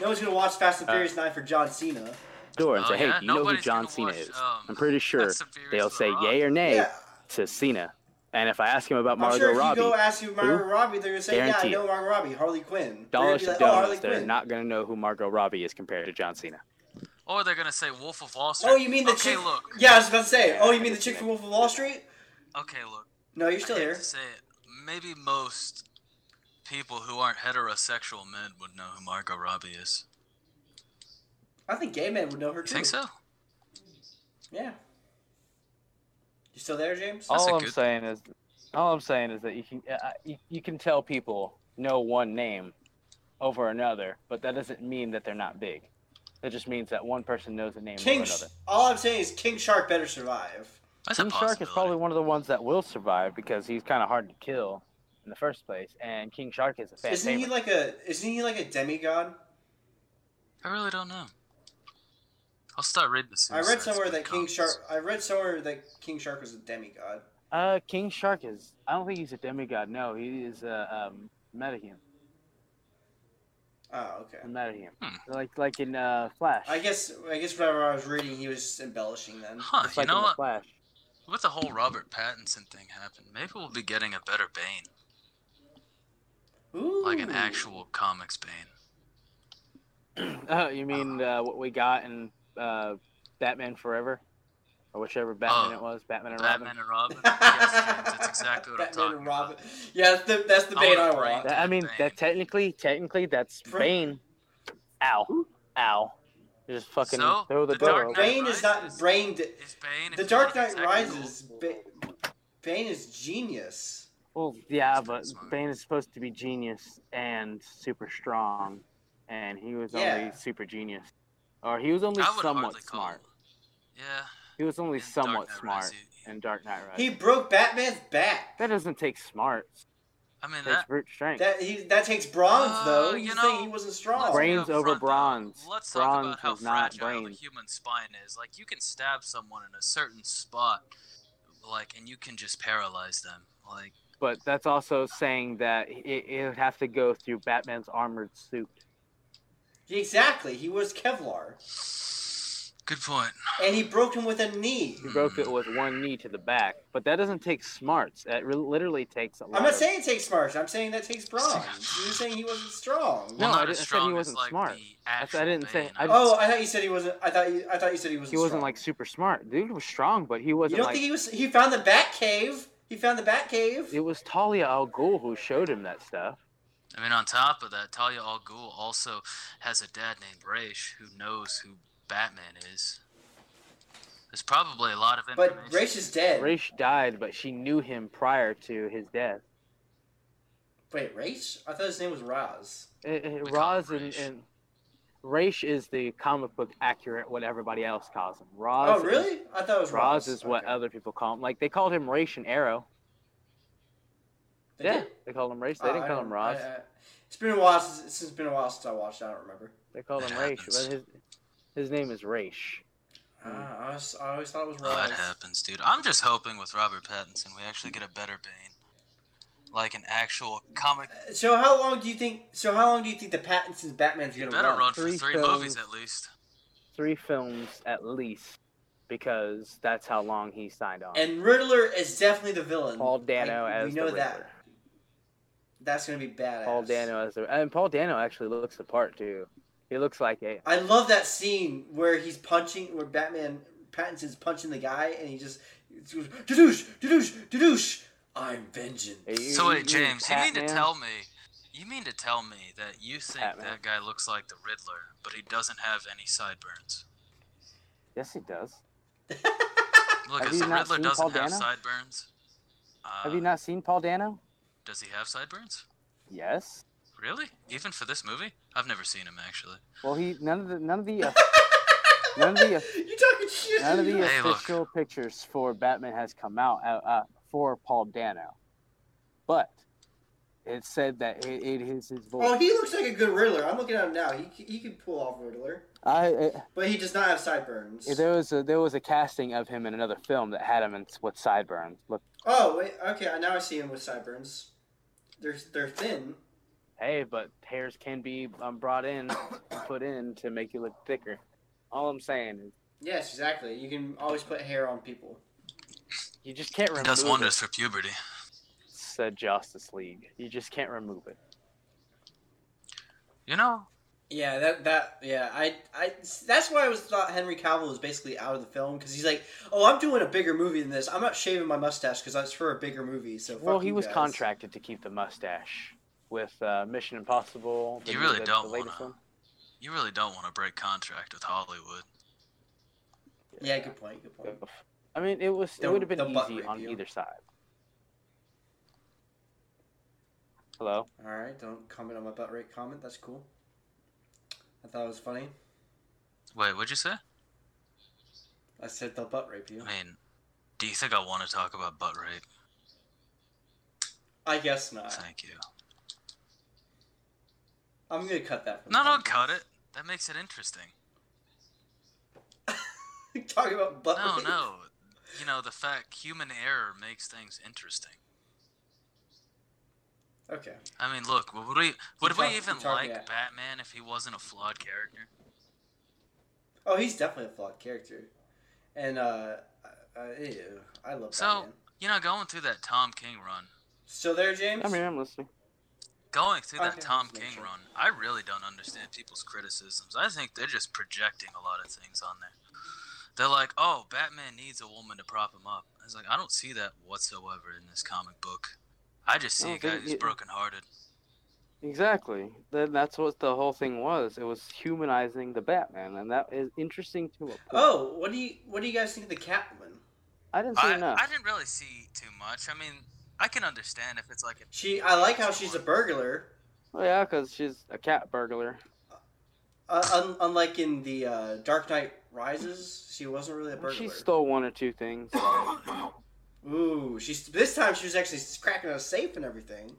No one's going to watch Fast and
Uh,
Furious Nine for John Cena.
door and
Oh,
say, "Hey,
yeah?
do you know who
Nobody's
John
gonna
Cena
watch,
is?"
um,
I'm pretty sure
Fast and Furious
they'll
with
say
Rock.
yay or nay
yeah,
to Cena. And if I ask him about
I'm
Margot
sure if
Robbie,
you go ask you Margot
who?
Robbie, they're going to say, "Yeah, I
Guarantee
know Margot Robbie, Harley Quinn." They're gonna
dollars
be
to
like, "Oh, Harley
dollars, they're
Quinn."
not going to know who Margot Robbie is compared to John Cena.
Or they're gonna say Wolf of Wall Street.
Oh, you mean the
okay,
chick?
look.
Yeah, I was about to say.
Yeah,
Oh, you
I
mean the
can
chick
see
from
that.
Wolf of Wall Street?
Okay, look.
No, you're still
I hate
here.
to say it, maybe most people who aren't heterosexual men would know who Margot Robbie is.
I think gay men would know her
You
too.
think so?
Yeah. You still there, James?
That's
all
a
I'm
good-
saying is, all I'm saying is that you can uh, you, you can tell people know one name over another, but that doesn't mean that they're not big. That just means that one person knows the name
King.
over another.
All I'm saying is King Shark better survive.
That's
King
a
Shark is
possibility.
probably one of the ones that will survive because he's kind of hard to kill in the first place, and King Shark is a fan
Isn't he
favorite.
like a? Isn't he like a demigod?
I really don't know. I'll start reading the.
I read
Suicide
somewhere
Squad
that King
comics.
Shark. I read somewhere that King Shark was a demigod.
Uh, King Shark is. I don't think he's a demigod. No, he is a um, metahuman.
Oh, okay.
A metahuman.
Hmm.
Like like in uh, Flash.
I guess. I guess whatever I was reading, he was embellishing then.
Huh?
It's
You
like in
know
the
what?
Flash.
With the whole Robert Pattinson thing happened, maybe we'll be getting a better Bane,
Ooh.
like an actual comics Bane.
Oh, you mean uh, what we got in uh, Batman Forever, or whichever Batman
Oh,
it was, Batman and
Batman
Robin.
and Robin. yes, James, that's exactly what I'm
Batman
talking
and
about.
Robin. Yeah, that's the that's the
I
bait I
wanna break
want.
That- I mean,
Bane.
that technically, technically, that's
Fr-
Bane. Ow, ow! You just fucking
So,
throw the,
the
door.
Dark
over.
Knight-
Bane is not
Rises.
brained.
Is Bane? if
The
you
Dark
wanna
Knight
be technical,
Rises. Ba- Bane is genius.
Well, yeah, but
Smart.
Bane is supposed to be genius and super strong, and he was
Yeah.
only super genius, or he was only
I would
somewhat
hardly call-
smart.
oh, Yeah.
He was only
in Dark
somewhat
Knight
smart
Rises, he-
in Dark Knight Rises.
He broke Batman's back.
That doesn't take smarts.
I mean
It takes
that.
brute strength.
That he that takes bronze
Uh,
though.
you
You,
know,
think he wasn't strong?
let's be
Brains
upfront,
over
though.
bronze.
Let's
Bronze
talk about how
is not
fragile
brain.
the human spine is. Like you can stab someone in a certain spot, like, and you can just paralyze them. Like,
But that's also saying that it, it would have to go through Batman's armored suit.
Exactly. He was Kevlar,
good point.
and he broke him with a knee.
He broke it with one knee to the back, but that doesn't take smarts. That re- literally takes a lot.
I'm not
of-
saying it takes smarts. I'm saying that takes bronze. You're saying he wasn't strong.
No,
well,
I
not
didn't- I
as
said he
strong as
wasn't
like
smart.
the
I
actual
said- I didn't say-
Bane.
I
don't-
Oh, I thought you said he wasn't. I thought you. I thought you said he wasn't.
he wasn't
strong.
like super smart. Dude was strong, but he
You
wasn't
don't
like.
think he was? He found the Bat Cave. He found the Bat Cave.
It was Talia al Ghul who showed him that stuff.
I mean, on top of that, Talia al Ghul also has a dad named Raish who knows who Batman is. There's probably a lot of information.
But Raish is dead.
Raish died, but she knew him prior to his death.
Wait, Raish? I thought his name was Raz.
Eh, eh,
We call him
Roz and,
Raish.
and Raish is the comic book accurate what everybody else calls him. Roz
Oh,
is-
really? I thought it was Raz.
Roz is what
Okay.
other people call him. Like they called him Raish and Arrow.
They
yeah,
did?
they called him Raish. They
Oh,
didn't
I
call
don't-
him Roz.
I- I- It's been a while since it's been a while since I watched. it, I don't remember.
They called
It
him Raish.
happens.
But his, his name is Raish. Hmm.
Uh, I, was, I always thought it was
Oh,
Rise.
that happens, dude. I'm just hoping with Robert Pattinson we actually get a better Bane, like an actual comic.
So how long do you think? So how long do you think the Pattinson's Batman's gonna
Better
run?
run for
three
three
films.
movies at least.
Three films at least, because that's how long he signed on.
And Riddler is definitely the villain.
Paul Dano
Like,
as
we know
the Riddler.
that. That's gonna be badass.
Paul Dano as the and Paul Dano actually looks the part too. He looks like a
I love that scene where he's punching, where Batman Pattinson's punching the guy, and he just it's- goes, "Dadoosh, dadoosh, dadoosh." I'm vengeance.
Hey, you-
So wait,
you mean
James, you mean to
Catman?
tell me, you mean to tell me that you think
Catman.
that guy looks like the Riddler, but he doesn't have any sideburns?
Yes, he does.
Look,
Have
if
you
the
not
Riddler
seen
doesn't
Paul
have
Dano?
sideburns, uh,
Have you not seen Paul Dano?
does he have sideburns?
Yes.
Really? Even for this movie? I've never seen him actually.
Well, he none of the none of the uh, none of the uh,
you talking shit?
none of the
Hey, look.
official pictures for Batman has come out uh, uh, for Paul Dano, but it said that it, it is his voice.
oh, he looks like a good Riddler. I'm looking at him now. He c- he can pull off Riddler,
I uh,
but he does not have sideburns.
there was a, there was a casting of him in another film that had him in with sideburns. Look,
Oh wait, okay. Now I see him with sideburns. They're they're thin.
hey, but hairs can be um, brought in, put in to make you look thicker. All I'm saying is
Yes, exactly. You can always put hair on people.
you just can't remove
It does
it.
wonders for puberty.
Said Justice League. You just can't remove it.
You know,
Yeah, that that yeah, I I that's why I was thought Henry Cavill was basically out of the film because he's like, oh, I'm doing a bigger movie than this. I'm not shaving my mustache because that's for a bigger movie. So fuck
Well, he
you
was
guys.
contracted to keep the mustache with uh, Mission Impossible. the
You
new-
really
the-
don't
the latest
wanna-
one.
you really don't want to break contract with Hollywood.
Yeah, good point. Good point.
I mean, it was it
They'll-
would have been
they'll butt
easy
rape
on
you.
either side. Hello.
All right, don't comment on my butt rate comment. That's cool. I thought it was funny.
Wait, what'd you say?
I said they'll butt rape you.
I mean, do you think I want to talk about butt rape?
I guess not.
Thank you.
I'm gonna cut that. From
No,
the
no,
podcast.
cut it. That makes it interesting.
Talking about butt
No,
rape.
no. You know, the fact human error makes things interesting.
Okay.
I mean, look, would we would we
talk-
even
keep talking,
like
yeah.
Batman if he wasn't a flawed character?
Oh, he's definitely a flawed character, and uh, uh, ew, I love
So-
Batman.
You know, going through that Tom King run,
Still there, James?
I mean, I'm listening.
going through that
Okay,
Tom
just make
King
sure.
run, I really don't understand people's criticisms. I think they're just projecting a lot of things on there. They're like, "Oh, Batman needs a woman to prop him up." I was like, I don't see that whatsoever in this comic book. I just see
No,
a guy
they-
who's
it-
brokenhearted.
Exactly. Then that's what the whole thing was. It was humanizing the Batman, and that is interesting to. a-
Oh, what do you what do you guys think of the Catwoman?
I didn't see
I,
enough.
I didn't really see too much. I mean, I can understand if it's like a
She, I like how she's a burglar,
Well, yeah, because she's a cat burglar.
uh, un, unlike in the uh, Dark Knight Rises, she wasn't really a burglar.
She stole one or two things.
Ooh, she's this time she was actually cracking a safe and everything.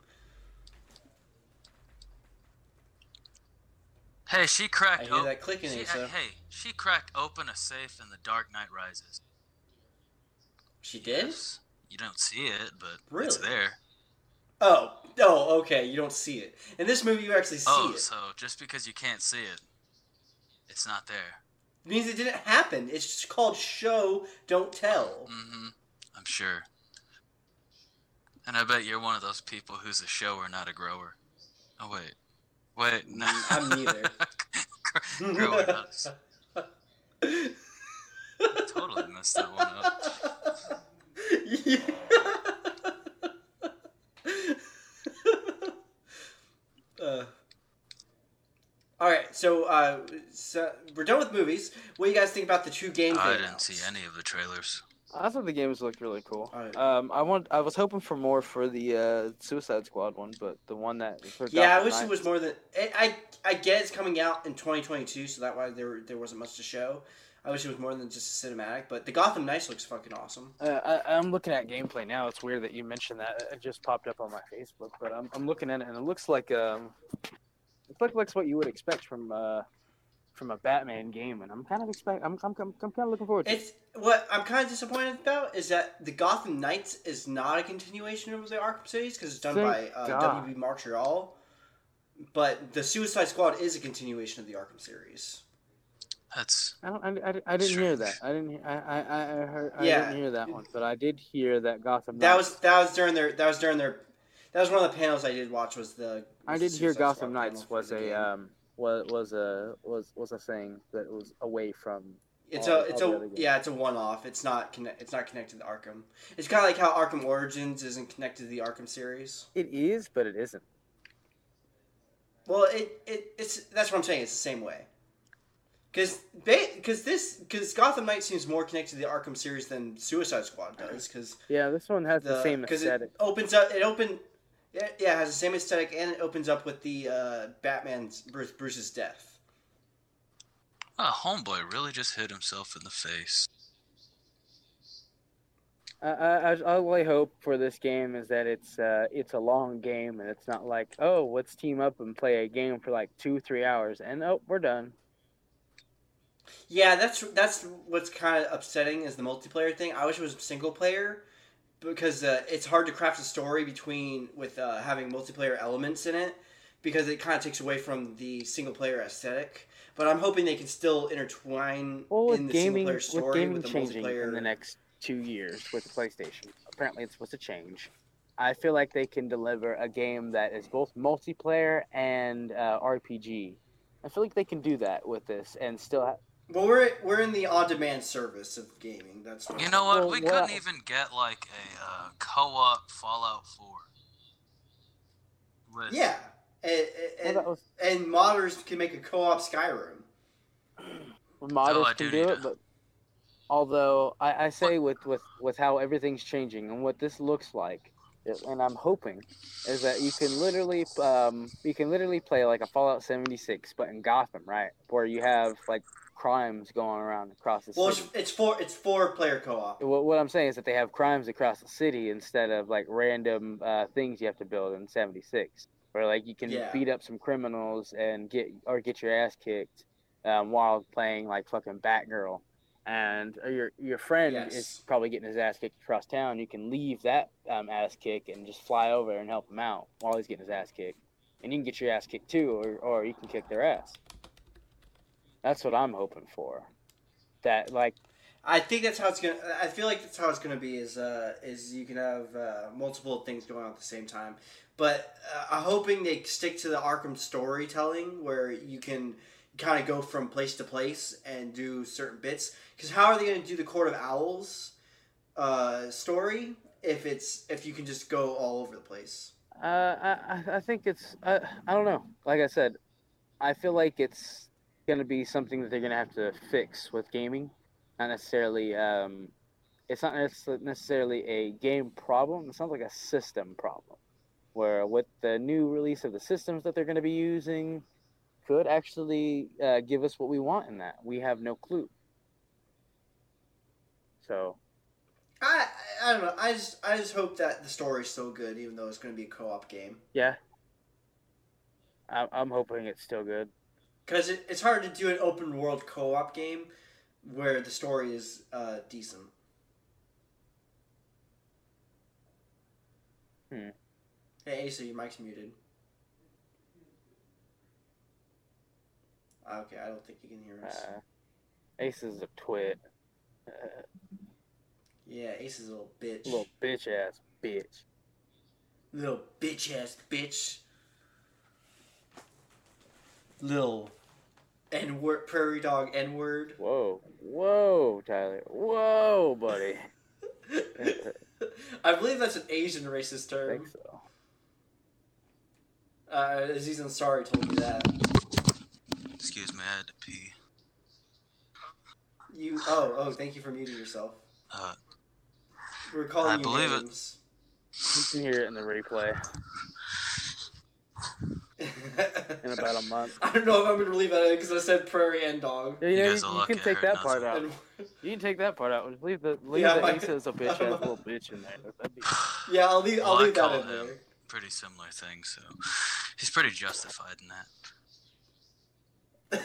Hey, she
I
cracked.
hear
open.
that clicking, uh,
she,
Asa.
hey, she cracked open a safe in The Dark Knight Rises.
She did.
Yes. You don't see it, but it's
Really?
there.
Oh, oh, okay. You don't see it in this movie. You actually see
oh,
it.
so just because you can't see it, it's not there.
It means it didn't happen. It's just called show, don't tell.
Mm-hmm. I'm sure. And I bet you're one of those people who's a shower, not a grower. Oh wait, wait, no.
I'm neither.
grower, not totally messed that one up.
Yeah. uh, all right, so, uh, so we're done with movies. What do you guys think about the two game?
I
fan
didn't
outs?
see any of the trailers.
I thought the games looked really cool.
Alright.
Um, I want. I was hoping for more for the uh, Suicide Squad one, but the one that for
Yeah, I
Gotham
wish it
Knights-
was eh, more than I, I. I get it's coming out in 2022, so that why there there wasn't much to show. I wish it was more than just a cinematic, but the Gotham Knights looks fucking awesome.
Uh, I, I'm looking at gameplay now. It's weird that you mentioned that. It just popped up on my Facebook, but I'm, I'm looking at it and it looks like um, it looks like what you would expect from uh, from a Batman game, and I'm kind of expect I'm I'm, I'm, I'm kind of looking forward to. it.
It's what I'm kind of disappointed about is that the Gotham Knights is not a continuation of the Arkham series because it's done
Thank
by uh,
God.
WB Montreal, but the Suicide Squad is a continuation of the Arkham series.
That's
I don't. I, I, I didn't
Sure.
hear that. I didn't. he- I I I I heard. I
Yeah.
didn't hear that one, but I did hear that Gotham.
That
Knights-
was that was during their that was during their that was one of the panels I did watch was the.
I
was the
did hear
Suicide Squad
Gotham
panel
Knights
for
was
the
a
game.
um was was a was was a thing that was away from.
It's
all-
a
all
it's
the
a
other games.
yeah it's a one off. It's not connect, it's not connected to Arkham. It's kind of like how Arkham Origins isn't connected to the Arkham series.
It is, but it isn't.
Well, it, it it's that's what I'm saying. It's the same way. Because because this because Gotham Knight seems more connected to the Arkham series than Suicide Squad does. Because
Yeah, this one has the, same
because it
aesthetic.
opens up it open yeah yeah, it has the same aesthetic and it opens up with the uh, Batman's Bruce, Bruce's death.
ah, homeboy really just hit himself in the face.
I, I, I- I only hope for this game is that it's uh, it's a long game and it's not like oh let's team up and play a game for like two three hours and oh we're done.
Yeah, that's that's what's kind of upsetting is the multiplayer thing. I wish it was single player because uh, it's hard to craft a story between with uh, having multiplayer elements in it because it kind of takes away from the single player aesthetic. But I'm hoping they can still intertwine
Well, with
in the single
gaming
player
with
story
gaming
with, the
changing
multiplayer.
in the next two years with the PlayStation, apparently it's supposed to change. I feel like they can deliver a game that is both multiplayer and uh, RPG. I feel like they can do that with this and still. Ha-
well, we're we're in the on demand service of gaming. That's what
You know what?
Well,
we
well-
couldn't even get like a uh, co-op Fallout Four. With,
Yeah, and
well,
and,
that was
and modders can make a co-op Skyrim.
modders
Oh, I
can
do
do
need
it,
to-
but although I, I say with, with with how everything's changing and what this looks like, it- and I'm hoping is that you can literally um, you can literally play like a Fallout 76, but in Gotham, right, where you have like crimes going around across the
Well, it's,
city.
it's four it's four player co-op.
What, what I'm saying is that they have crimes across the city instead of like random uh, things you have to build in 76, where like you can
Yeah.
beat up some criminals and get or get your ass kicked um, while playing like fucking Batgirl, and or your your friend
Yes.
is probably getting his ass kicked across town. You can leave that um, ass kick and just fly over and help him out while he's getting his ass kicked, and you can get your ass kicked too, or or you can kick their ass. That's what I'm hoping for. That like.
I think that's how it's gonna. I feel like that's how it's gonna be. Is uh, is you can have uh, multiple things going on at the same time, but uh, I'm hoping they stick to the Arkham storytelling where you can kind of go from place to place and do certain bits. Because how are they gonna do the Court of Owls uh, story if it's if you can just go all over the place?
Uh, I, I- I think it's uh, I don't know. Like I said, I feel like it's going to be something that they're going to have to fix with gaming. Not necessarily. Um, it's not necess- necessarily a game problem. It sounds like a system problem, where with the new release of the systems that they're going to be using, could actually uh, give us what we want in that. We have no clue. So
I I don't know. I just I just hope that the story's still good, even though it's gonna be a co-op game.
yeah, I, I'm hoping it's still good.
Because it, it's hard to do an open world co op game where the story is uh, decent.
Hmm.
Hey, Asa, your mic's muted. Ah, Okay, I don't think you can hear us.
Uh, Ace is a twit. Uh,
yeah, Ace's a little bitch.
little bitch ass bitch.
Little bitch ass bitch. Lil. N word, prairie dog N word.
Whoa. Whoa, Tyler. Whoa, buddy.
I believe that's an Asian racist
I
term.
think so.
Uh, Aziz Ansari told me that.
Excuse me, I had to pee.
You oh oh thank you for muting yourself.
Uh,
We're calling
I
you
believe it.
names.
You can hear it in the replay. in about a month.
I don't know if I'm gonna leave that in because I said prairie and dog.
You, know,
guys
you,
are
you
lucky
can
I
take
heard
that part out.
And-
You can take that part out. Leave the leave
Yeah,
the
I-
Asa as a bitch ass little bitch in there. That'd be,
yeah, I'll leave. I'll
Well, I
leave that
call
in
him.
there.
Pretty similar thing, so he's pretty justified in that.
uh,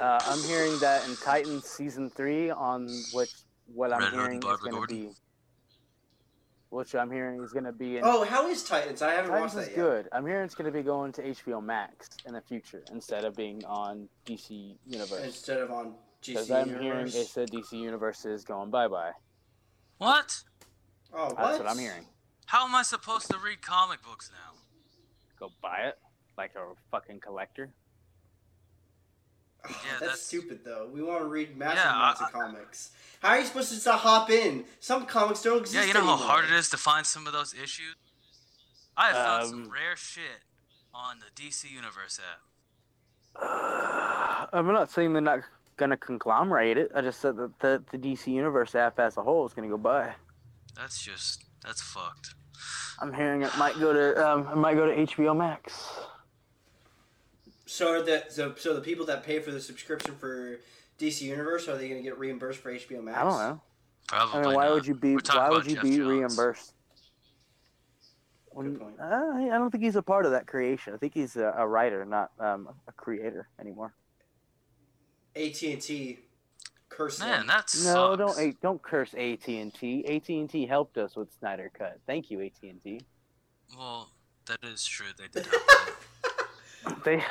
I'm hearing that in Titans season three, on which what I'm
Red Hood and
hearing is
Barbara
going to
Gordon?
be, which I'm hearing is going to be in.
Oh, how is Titans? I haven't
Titans
watched
is
that yet.
good. I'm hearing it's going to be going to HBO Max in the future instead of being on DC Universe.
Instead of on
Because
GC
I'm hearing
Universe.
they said DC Universe is going bye bye.
What?
oh, what?
That's what I'm hearing.
How am I supposed to read comic books now?
Go buy it like a fucking collector.
Ugh,
Yeah,
Oh, that's,
that's-
stupid though. We want to read massive
Yeah,
amounts
I-
of comics. How are you supposed to just hop in? Some comics don't exist.
Yeah, you know how
anymore.
hard it is to find some of those issues? I have found
Um,
some rare shit on the DC Universe app.
I'm not saying they're not going to conglomerate it. I just said that the, the DC Universe app as a whole is going to go bye.
That's just that's fucked.
I'm hearing it might go to um, it might go to HBO Max.
So are the so, so the people that pay for the subscription for DC Universe are they going to get reimbursed for HBO Max?
I don't know.
Probably.
I mean, why
not.
would you be
We're talking
why would
about
you
Jeff
be
Johns.
reimbursed?
Good
When,
point.
I, I don't think he's a part of that creation. I think he's a, a writer, not um, a creator anymore.
AT and T, curse
Man,
them.
that sucks.
No, don't eh, don't curse AT and T. AT and T helped us with Snyder Cut. Thank you, AT and T.
Well, that is true. They did. help me.
They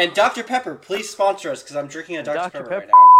And Dr Pepper, please sponsor us because I'm drinking a Dr,
Dr.
Pepper, right
Pepper.
now.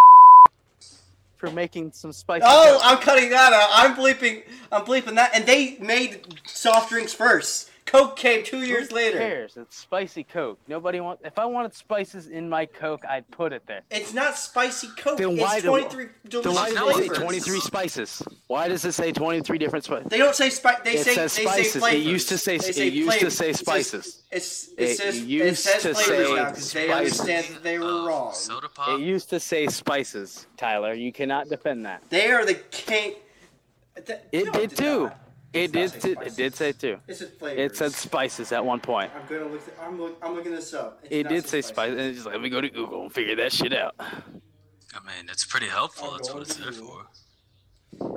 for making some spicy.
Oh,
cuts.
I'm cutting that out. I'm bleeping. I'm bleeping that. And they made soft drinks first. Coke came two years
Who
later.
Cares? It's spicy Coke. Nobody wants. If I wanted spices in my Coke, I'd put it there.
It's not spicy Coke.
Then why
it's
the-
23 delicious
why does it say
flavors.
23
spices? Why does it say 23 different spices?
They don't say spice. They
It
say
says
they
spices.
say
It
flavors.
used to say-
They
it used to
flavors.
say
It says-
spices.
It's, it,
It
says it
used
says
to
flavors
say
now because they
spices.
understand that they were
Uh,
wrong.
Soda
It
pop.
used to say spices, Tyler. You cannot defend that.
They are the king. Th-
It
no,
did too.
not.
It
It
did.
does say
T- it did
spices.
say too.
It said flavors.
It said spices at one point.
I'm gonna look. th- I'm, look, I'm looking this up. It's
It
not
did
so
say spices. And it's just like, let me go to Google and figure that shit out.
I mean, it's pretty helpful. That's what it's there
Unbelievable.
for.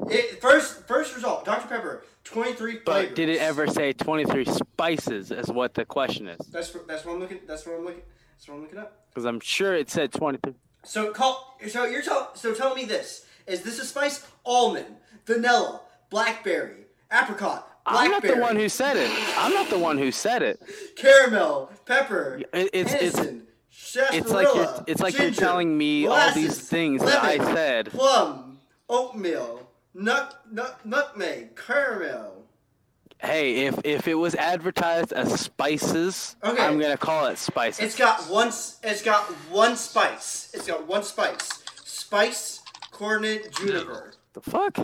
It, first first result. Dr Pepper. 23 flavors.
But did it ever say 23 spices? Is what the question is.
That's what- that's what I'm looking. That's what I'm looking. That's what I'm looking up.
Because I'm sure it said 23.
So call. So you're tell. So tell me this: Is this a spice? Almond, vanilla, blackberry, apricot,
I'm
blackberry,
not the one who said it. I'm not the one who said it.
caramel, pepper,
It- it's- it's-
Hennessy,
It's like you're,
sarsaparilla,
it's like you're
ginger,
telling me all these
molasses,
things that I
lemon,
said.
Plum, oatmeal, nut, nut, nutmeg, caramel.
Hey, if if it was advertised as spices,
Okay.
I'm gonna call it spices.
It's got one. s- It's got one spice. It's got one spice. Spice, cornet, juniper.
the fuck?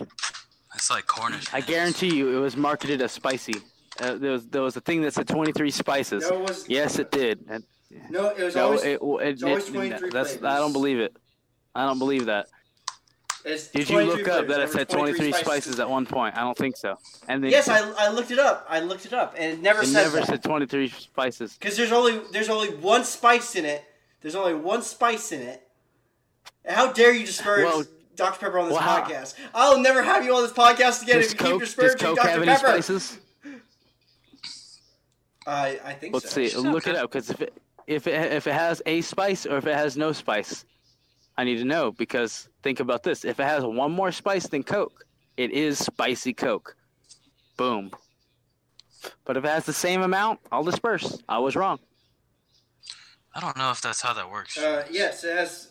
It's like Cornish.
I guarantee you, it was marketed as spicy. Uh, there was there was a thing that said 23 spices.
No, it was-
yes, it did. And-
No, it was
no,
always.
it, it,
it's always
it-
23
that's
flavors.
I don't believe it. I don't believe that.
It's
Did you
23
look up that it
flavors,
said
there were
23 spices at one point? I don't think so. And then
Yes, I, I looked it up. I looked it up, and it never
it
says
never said 23 spices.
because there's only there's only one spice in it. There's only one spice in it. And how dare you disparage
Well-
Dr Pepper on this
well, how-
podcast? I'll never have you on this podcast again
Does
if you keep
Coke, does
disparaging
Coke
Dr
have any
Pepper.
spices?
I I think
Let's
so.
see. Look it up because if it, if it if it has a spice or if it has no spice, I need to know because think about this: if it has one more spice than Coke, it is spicy Coke. Boom. But if it has the same amount, I'll disperse. I was wrong.
I don't know if that's how that works.
Uh, yes, it has.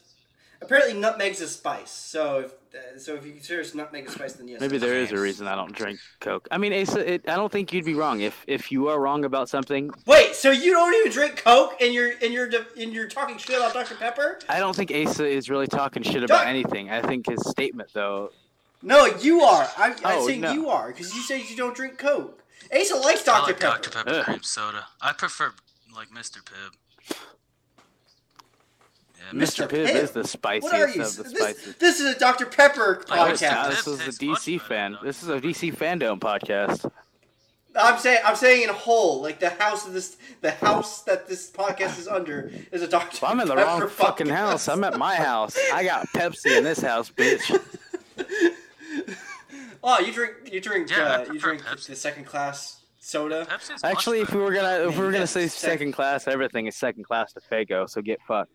Apparently, nutmeg's a spice. So if uh, so, if you consider it's nutmeg a spice, then yes.
Maybe there is a reason I don't drink Coke. I mean, Asa, it, I don't think you'd be wrong if if you are wrong about something.
Wait, so you don't even drink Coke, and you're and you're de- and you're talking shit about Dr Pepper?
I don't think Asa is really talking shit about
Doc-
anything. I think his statement though.
No, you are. I'm, I'm
Oh,
saying
no.
you are because you said you don't drink Coke. Asa likes Dr.
I like
Pepper.
Dr. Pepper
Ugh.
cream soda. I prefer like Mr. Pibb. Yeah,
Mr. Pibb
Pibb?
is the
What are
spiciest
you?
of the
This,
spices.
this is a Dr. Pepper
I like
Oh, it's not.
podcast.
This
This is
tastes
a
much
DC
better,
fan.
though.
This is a DC fandom podcast.
I'm saying I'm saying in whole, like the house of this, the house that this podcast is under is a Dr.
Well, I'm in the
Pepper
wrong fucking
podcast.
house. I'm at my house. I got Pepsi in this house, bitch.
Oh, you drink you drink
Yeah, I
uh, you
prefer
drink
Pepsi.
the second class soda.
Pepsi's much
Actually, if we
better.
were gonna if we were gonna say
Sec-
second class, everything is second class to Fago. So get fucked.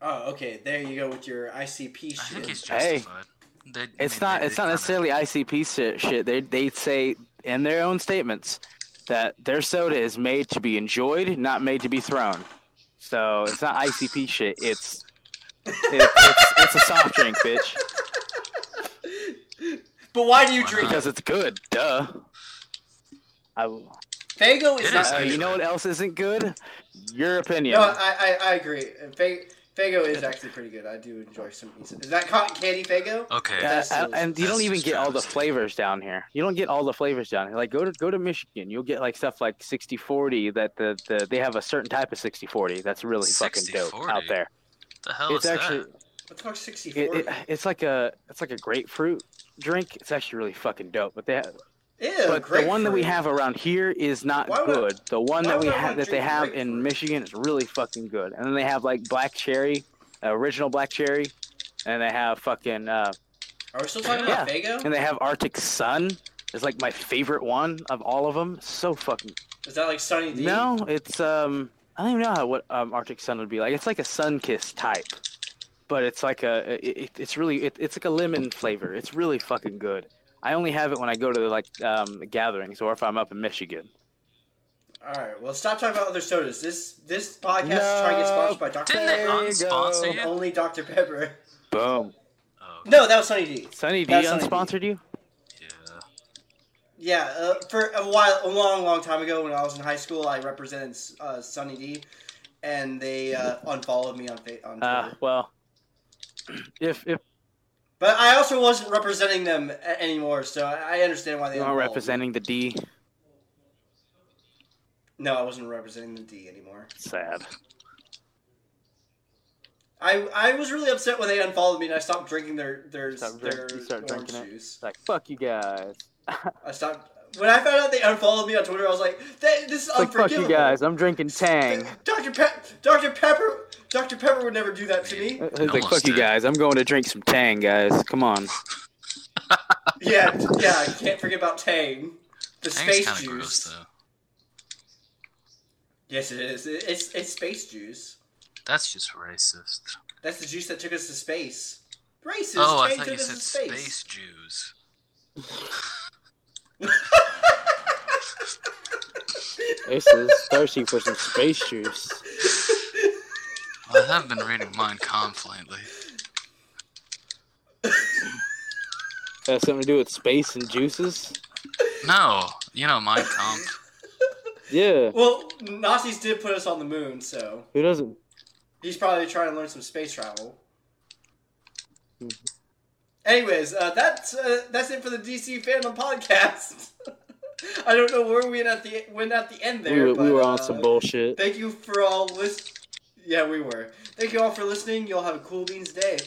Oh, okay. There you go with your ICP
I think he's
shit.
Hey.
justified. They,
It's
they-
not.
they-
It's
they
not
kinda-
necessarily ICP shit. shit. They they say in their own statements that their soda is made to be enjoyed, not made to be thrown. So it's not ICP shit. It's it, it's, it's a soft drink, bitch,
But why do you
Why
drink it?
not?
because it's good. Duh. I, uh,
Fago is
It
not.
is
good.
you know what else isn't good? Your opinion.
No, I, I I agree. Fa- Fago is actually pretty good. I do enjoy some. Is that cotton candy Fago?
Okay.
Uh,
That's
uh,
just-
and you
that's
don't even
just
get all the
travesty.
flavors down here. You don't get all the flavors down here. Like go to go to Michigan, you'll get like stuff like 60/40 that the, the they have a certain type of 60/40 that's really fucking dope
60/40?
out there.
the hell
it's
is
actually
that?
What the fuck's sixty
it,
four?
it, it's like a it's like a grapefruit drink. It's actually really fucking dope. But they ha-
Ew,
but the one that we
grapefruit.
have around here is not
Why would I-
good. the one
why
that
would
we
I wanna
have that they
drink
have
grapefruit?
in Michigan is really fucking good. And then they have like black cherry, uh, original black cherry, and they have fucking uh,
Are we still talking about Fago?
And they have Arctic Sun. It's like my favorite one of all of them. So fucking
Is that like Sunny D?
no, it's um I don't even know how, what um, Arctic Sun would be like. It's like a sun kiss type, but it's like a it, it- it's really it, it's like a lemon flavor. It's really fucking good. I only have it when I go to like um, gatherings or if I'm up in Michigan.
All right. Well, stop talking about other sodas. This this podcast is trying to get sponsored by Dr.
Didn't they
Pepper.
There you
unsponsor
go.
you?
Only Dr. Pepper.
Boom.
Oh,
No, that was Sunny D.
Sunny D
That's Sunny D.
unsponsored you.
yeah.
Yeah, uh, for a while, a long, long time ago, when I was in high school, I represented uh, Sunny D, and they uh, unfollowed me on fa- on Twitter.
Uh, well, if if
but I also wasn't representing them a- anymore, so I I understand why they
you are
unfollowed me.
representing the D,
No, I wasn't representing the D anymore.
sad.
I I was really upset when they unfollowed me, and I stopped drinking their their
Stop drink-
their
you start
orange
drinking it.
juice.
It's like fuck you guys.
I stopped when I found out they unfollowed me on Twitter. I was like, "Th- "This is
It's like fuck
unforgivable."
you guys. I'm drinking Tang.
Dr. Pe- Dr. Pepper, Dr. Pepper would never do that to me.
It's
Almost
like, fuck you
did.
guys. I'm going to drink some Tang, guys. Come on.
Yeah, yeah, I can't forget about Tang, the
Tang's
space
kind of
juice.
gross though.
Yes, it is. It- It's it's space juice.
That's just racist.
That's the juice that took us to space. Racist.
oh, I
Tang
thought
took
you
us
said
to
space.
space.
Jews.
Ace's thirsty for some space juice.
I have been reading Mein Kampf lately.
That has something to do with space and juices?
No, you know Mein Kampf.
Yeah.
Well, Nazis did put us on the moon, so
Who doesn't?
he's probably trying to learn some space travel.
Mhm.
Anyways, uh, that's uh, that's it for the DC fandom podcast. I don't know where we went at the when at the end there.
we, were,
but,
we were on
uh,
some bullshit.
Thank you for all list. Yeah, we were. Thank you all for listening. Y'all have a cool beans day.